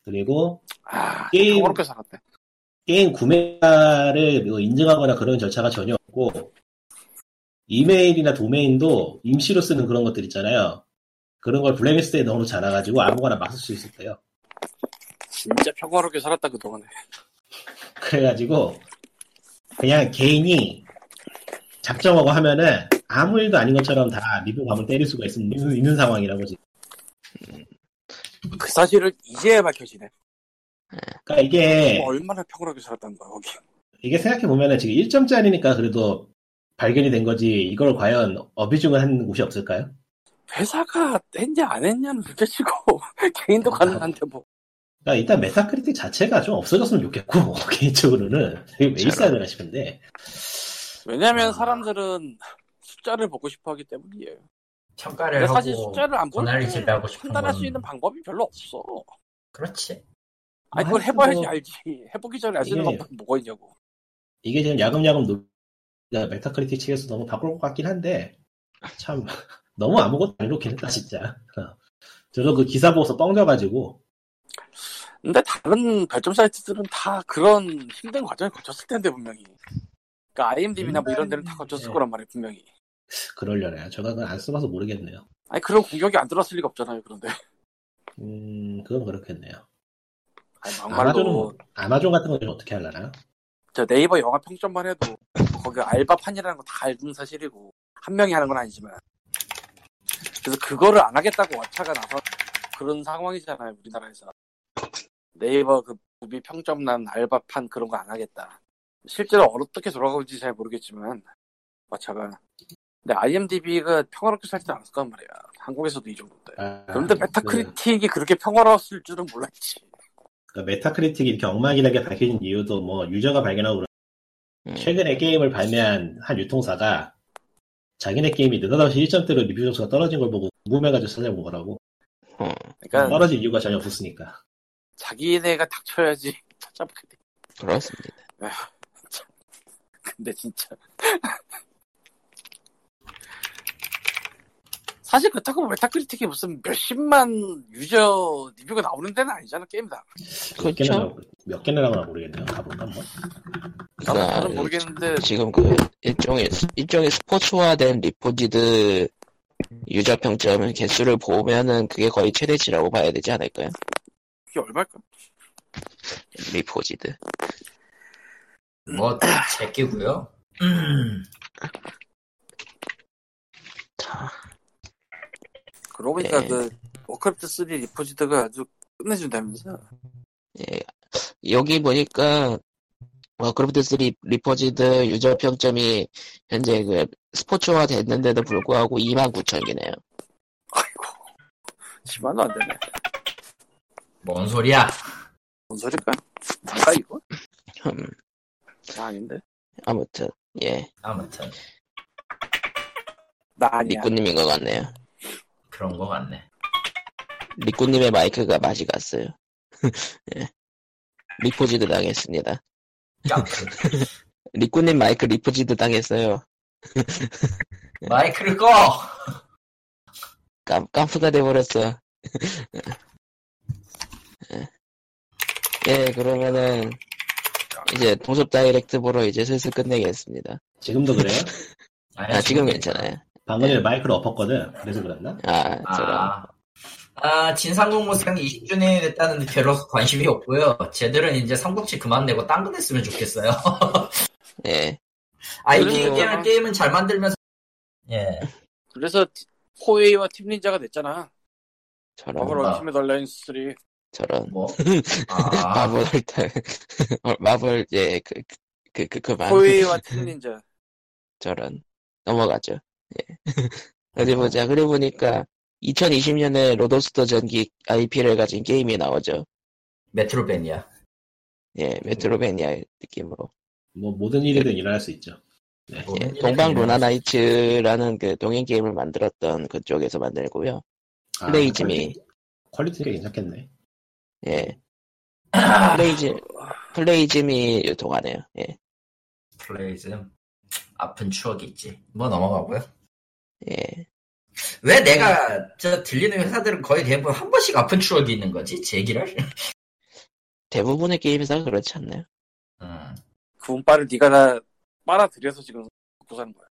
Speaker 2: 그리고
Speaker 4: 아
Speaker 2: 게임-
Speaker 4: 평화롭게 살았네
Speaker 2: 게임 구매를 뭐 인증하거나 그런 절차가 전혀 없고 이메일이나 도메인도 임시로 쓰는 그런 것들 있잖아요. 그런 걸 블랙리스트에 넣어놓지 않아가지고 아무거나 막 쓸 수 있었대요.
Speaker 4: 진짜 평화롭게 살았다 그동안에
Speaker 2: 그래가지고 그냥 개인이 작정하고 하면은 아무 일도 아닌 것처럼 다 리뷰감을 때릴 수가 있, 있는, 있는 상황이라고 지금.
Speaker 4: 그 사실을 이제야 밝혀지네 뭐
Speaker 2: 그러니까
Speaker 3: 네.
Speaker 2: 이게
Speaker 4: 얼마나 평화롭게 살았다는 거야 거기
Speaker 2: 이게 생각해 보면은 지금 1점짜리니까 그래도 발견이 된 거지 이걸 과연 어비중을 한 곳이 없을까요?
Speaker 4: 회사가 했냐 안 했냐는 둘째치고 <laughs> 개인도
Speaker 3: 아.
Speaker 4: 가능한데 뭐
Speaker 2: 그러니까 일단 메타크리틱 자체가 좀 없어졌으면 좋겠고 <laughs> 개인적으로는 이게
Speaker 4: 음,
Speaker 2: 왜 있어야 되나 싶은데
Speaker 4: 왜냐면
Speaker 2: 아.
Speaker 4: 사람들은 숫자를 보고 싶어 하기 때문이에요
Speaker 3: 평가를 네,
Speaker 4: 근데
Speaker 3: 하고
Speaker 4: 사실 숫자를 안 보는
Speaker 3: 저널리스트를 하고 싶은
Speaker 4: 판단할
Speaker 3: 건-
Speaker 4: 수 있는 방법이 별로 없어
Speaker 3: 그렇지
Speaker 4: 아니 그걸
Speaker 2: 뭐 하여튼
Speaker 4: 해봐야지
Speaker 2: 뭐
Speaker 4: 알지 해보기 전에 알 수 있는
Speaker 3: 예.
Speaker 2: 이게-
Speaker 4: 방법이 뭐가 있냐고
Speaker 2: 이게 지금 야금야금 노... 그러니까 메타크리틱 측에서 너무 바꿀 것 같긴 한데 참 <laughs> 너무 아무것도 안 이렇게 했다 진짜 어. 저도 그 기사 보고서 뻥져가지고
Speaker 4: 근데 다른 별점 사이트들은 다 그런 힘든 과정을 거쳤을 텐데 분명히 그러니까 IMDb나 뭐 이런 데는 다 거쳤을
Speaker 2: 네.
Speaker 4: 거란 말이에요 분명히
Speaker 2: 그러려나요 제가 그건 안 써봐서 모르겠네요
Speaker 4: 아니 그런 공격이 안 들어왔을 리가 없잖아요 그런데
Speaker 2: 음 그건 그렇겠네요
Speaker 4: 아니
Speaker 2: 아마존은
Speaker 4: 막말로
Speaker 2: 아마존 같은 건 어떻게 하려나
Speaker 4: 저 네이버 영화 평점만 해도 거기 알바판이라는 거 다 알던 사실이고 한 명이 하는 건 아니지만 그래서 그거를 안 하겠다고 왓챠가 나서 그런 상황이잖아요 우리나라에서 네이버 그 무비 평점난 알바판 그런 거 안 하겠다 실제로 어떻게 돌아가는지 잘 모르겠지만 왓챠가 근데 IMDb가 평화롭게 살지 않았을까 말이야 한국에서도 이 정도인데
Speaker 2: 아,
Speaker 4: 그런데
Speaker 2: 그,
Speaker 4: 메타크리틱이 그렇게 평화로웠을 줄은 몰랐지
Speaker 2: 그 메타크리틱이 이렇게 엉망이라게 밝혀진 이유도 뭐 유저가 발견하고 그런-
Speaker 1: 음.
Speaker 2: 최근에 게임을 발매한 한 유통사가 자기네 게임이 느닷없이 1점대로 리뷰 점수가 떨어진 걸 보고 궁금해가지고 찾아본 거라고 뭐
Speaker 1: 어.
Speaker 4: 그러니까
Speaker 2: 떨어질 이유가 전혀 없었으니까
Speaker 4: 자기네가 닥쳐야지 <laughs> 찾아보게 돼
Speaker 1: 그렇습니다.
Speaker 4: 근데 진짜 사실 그렇다고 메타크리틱이 무슨 몇십만 유저 리뷰가 나오는 데는 아니잖아 게임다
Speaker 2: 몇 개나
Speaker 1: 그렇죠.
Speaker 2: 나오- 몇 개나 나오나 모르겠네요. 가볼까 뭐. 한번.
Speaker 4: 나도
Speaker 1: 아,
Speaker 4: 잘은 모르겠는데
Speaker 1: 지금 그 일종의 일종의 스포츠화된 리포지드 유저 평점 개수를 보면은 그게 거의 최대치라고 봐야 되지 않을까요?
Speaker 4: 이게 얼마일까?
Speaker 1: 리포지드.
Speaker 3: 뭐 제끼고요 음,
Speaker 1: 자,
Speaker 4: 그러고 보니까
Speaker 1: 예.
Speaker 4: 그 워크래프트 3 리포지드가 아주 끝내준다면서
Speaker 1: 예. 여기 보니까 뭐, 워크래프트 3 리포지드 유저 평점이 현재 그 스포츠화 됐는데도 불구하고 2만 9천 개네요.
Speaker 4: 아이고 10만도 안 되네
Speaker 3: 뭔 소리야
Speaker 4: 뭔 소릴까? 잠가 이거?
Speaker 1: 음,
Speaker 4: 아, 아닌데
Speaker 1: 아무튼 예.
Speaker 3: 아무튼
Speaker 4: 나 아니야. 그
Speaker 1: 리꾸님인 것 같네요.
Speaker 3: 그런 거 같네.
Speaker 1: 리꾸님의 마이크가 맛이 갔어요. <laughs> 예. 리포지드 당했습니다.
Speaker 3: 깜짝.
Speaker 1: <laughs> 리꾸님 마이크 리포지드 당했어요.
Speaker 3: 마이크를 꺼! 아,
Speaker 1: 깜, 깜프가 돼버렸어. <laughs> 예, 그러면은, 이제 동섭 다이렉트 보러 이제 슬슬 끝내겠습니다.
Speaker 2: 지금도 그래요?
Speaker 3: 네,
Speaker 1: 아, 지금 괜찮아요.
Speaker 2: 방금 전에 마이크를 엎었거든. 그래서 그랬나?
Speaker 1: 아, 저런.
Speaker 3: 아, 아, 진상공무상이 20주년이 됐다는데 별로 관심이 없고요. 쟤들은 이제 삼국지 그만 내고 딴 거 냈으면 좋겠어요. <laughs>
Speaker 1: 예.
Speaker 3: 아이디
Speaker 4: 그래요.
Speaker 3: 게임을 게임은 잘 만들면서 예
Speaker 4: 그래서 포웨이와 팀닌자가 됐잖아.
Speaker 1: 저런.
Speaker 4: 마블
Speaker 3: 뭔가.
Speaker 4: 얼티밋 얼라이언스 3.
Speaker 1: 저런.
Speaker 3: 뭐.
Speaker 1: <laughs>
Speaker 3: 아,
Speaker 1: 마블, 달- 어, 마블, 예, 그, 그, 그, 그, 그 마블,
Speaker 4: <laughs> 포웨이와 팀닌자.
Speaker 1: 저런. 넘어가죠. 예. <laughs> 어디 보자. 그래 보니까, 2020년에 로더스터 전기 IP를 가진 게임이 나오죠.
Speaker 3: 메트로베니아.
Speaker 1: 예, 메트로베니아 느낌으로.
Speaker 2: 뭐 모든 일이든 일어날 수 있죠.
Speaker 3: 뭐,
Speaker 1: 예,
Speaker 3: 음.
Speaker 1: 동방 루나나이츠라는 그 동행 게임을 만들었던 그쪽에서 만들고요.
Speaker 2: 아,
Speaker 1: 플레이즈미.
Speaker 2: 퀄리티가 괜찮겠네.
Speaker 1: 예. 플레이즈, 플레이즈미 유통하네요. 예.
Speaker 3: 플레이즘 아픈 추억이 있지. 뭐 넘어가고요.
Speaker 1: 예.
Speaker 3: 왜 내가 저 들리는 회사들은 거의 대부분 한 번씩 아픈 추억이 있는 거지 제 얘기를.
Speaker 1: 대부분의 게임에서 그렇지 않나요?
Speaker 3: 음,
Speaker 4: 그 운빨을 네가 다 빨아들여서 지금 먹고 사는 거야.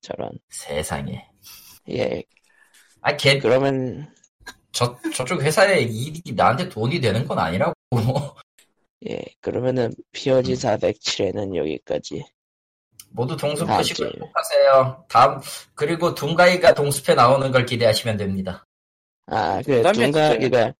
Speaker 1: 저런.
Speaker 3: 세상에.
Speaker 1: 예.
Speaker 3: 아, 걔,
Speaker 1: 그러면,
Speaker 3: 저, 저쪽 회사의 일이 나한테 돈이 되는 건 아니라고. <laughs>
Speaker 1: 예. 그러면은, POG 407에는 여기까지.
Speaker 3: 모두 동숲
Speaker 1: 아,
Speaker 3: 끄시고
Speaker 1: 네.
Speaker 3: 행복하세요. 다음, 그리고 둠가이가 동숲에 나오는 걸 기대하시면 됩니다.
Speaker 1: 아, 그,
Speaker 4: 그다음에
Speaker 1: 둠가,
Speaker 4: 진짜-
Speaker 1: 그니까,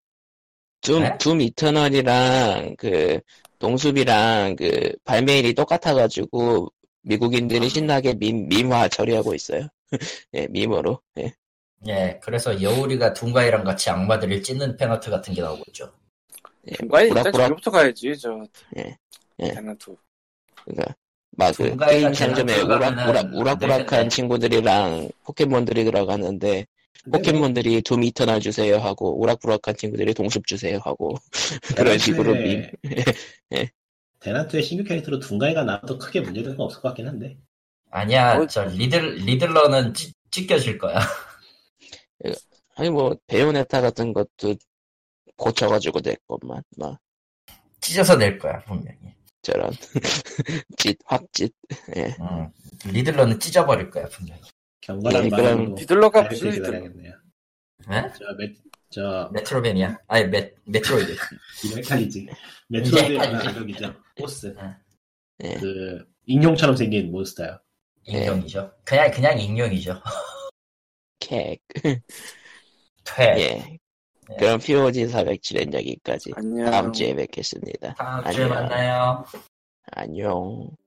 Speaker 1: 둠,
Speaker 3: 네?
Speaker 1: 둠 이터널이랑, 그, 동숲이랑, 그, 발매일이 똑같아가지고, 미국인들이 신나게 밈, 밈화 처리하고 있어요. <laughs> 예, 밈으로. 예.
Speaker 3: 예, 그래서 여우리가 둠가이랑 같이 악마들을 찢는 페너트 같은 게 나오고 있죠.
Speaker 1: 예,
Speaker 4: 중간에 일단
Speaker 1: 보락보락.
Speaker 4: 저기부터 가야지. 저
Speaker 1: 예. 예.
Speaker 4: 대난투.
Speaker 1: 그러니까 막 그
Speaker 3: 중간에
Speaker 1: 게임
Speaker 3: 같이
Speaker 1: 상점에
Speaker 3: 들어가면은
Speaker 1: 우락 우락
Speaker 3: 안
Speaker 1: 우락부락한
Speaker 3: 되겠네.
Speaker 1: 친구들이랑 포켓몬들이 들어가는데 포켓몬들이 둠 이터널 주세요 하고 우락부락한 친구들이 동숲 주세요 하고 <laughs>
Speaker 3: 아,
Speaker 1: 그런 식으로
Speaker 2: <laughs>
Speaker 1: 밈. 예.
Speaker 2: 대나토의 신규 캐릭터로 둥가이가 나와도 크게 문제될 건 없을 것 같긴
Speaker 1: 예,
Speaker 2: 한데.
Speaker 3: 아니야,
Speaker 4: 어?
Speaker 3: 저 리들, 리들러는 찢, 찢겨질 거야. <laughs>
Speaker 1: 아니 뭐 베요네타 같은 것도 고쳐가지고 냈건만 막
Speaker 3: 찢어서 낼 거야, 분명히.
Speaker 1: 저런 <laughs> 짓 확짓
Speaker 3: 음, 리들러는 찢어버릴 거야, 분명히.
Speaker 2: 경건한
Speaker 1: 예, 그럼
Speaker 2: 마음으로
Speaker 4: 디들러가
Speaker 2: 잘
Speaker 4: 무슨
Speaker 2: 되길
Speaker 4: 디들러?
Speaker 2: 바라겠네요.
Speaker 3: 예?
Speaker 2: 저, 메, 저
Speaker 3: 메트로베니아. 아니, 메, 메트로이드.
Speaker 2: 이메칼이지. 메트로드의
Speaker 3: 이메칼이지.
Speaker 2: 가격이죠. 보스.
Speaker 1: 예.
Speaker 2: 그 익룡처럼 생긴 몬스터요.
Speaker 3: 익명이죠. 예, 그냥, 그냥 익명이죠. <laughs>
Speaker 1: 캣.
Speaker 3: 퇴.
Speaker 1: 예. 그럼 POG 407엔 여기까지.
Speaker 4: 안녕.
Speaker 1: 다음 주에 뵙겠습니다.
Speaker 3: 다음 주에
Speaker 1: 안녕.
Speaker 3: 만나요.
Speaker 1: 안녕.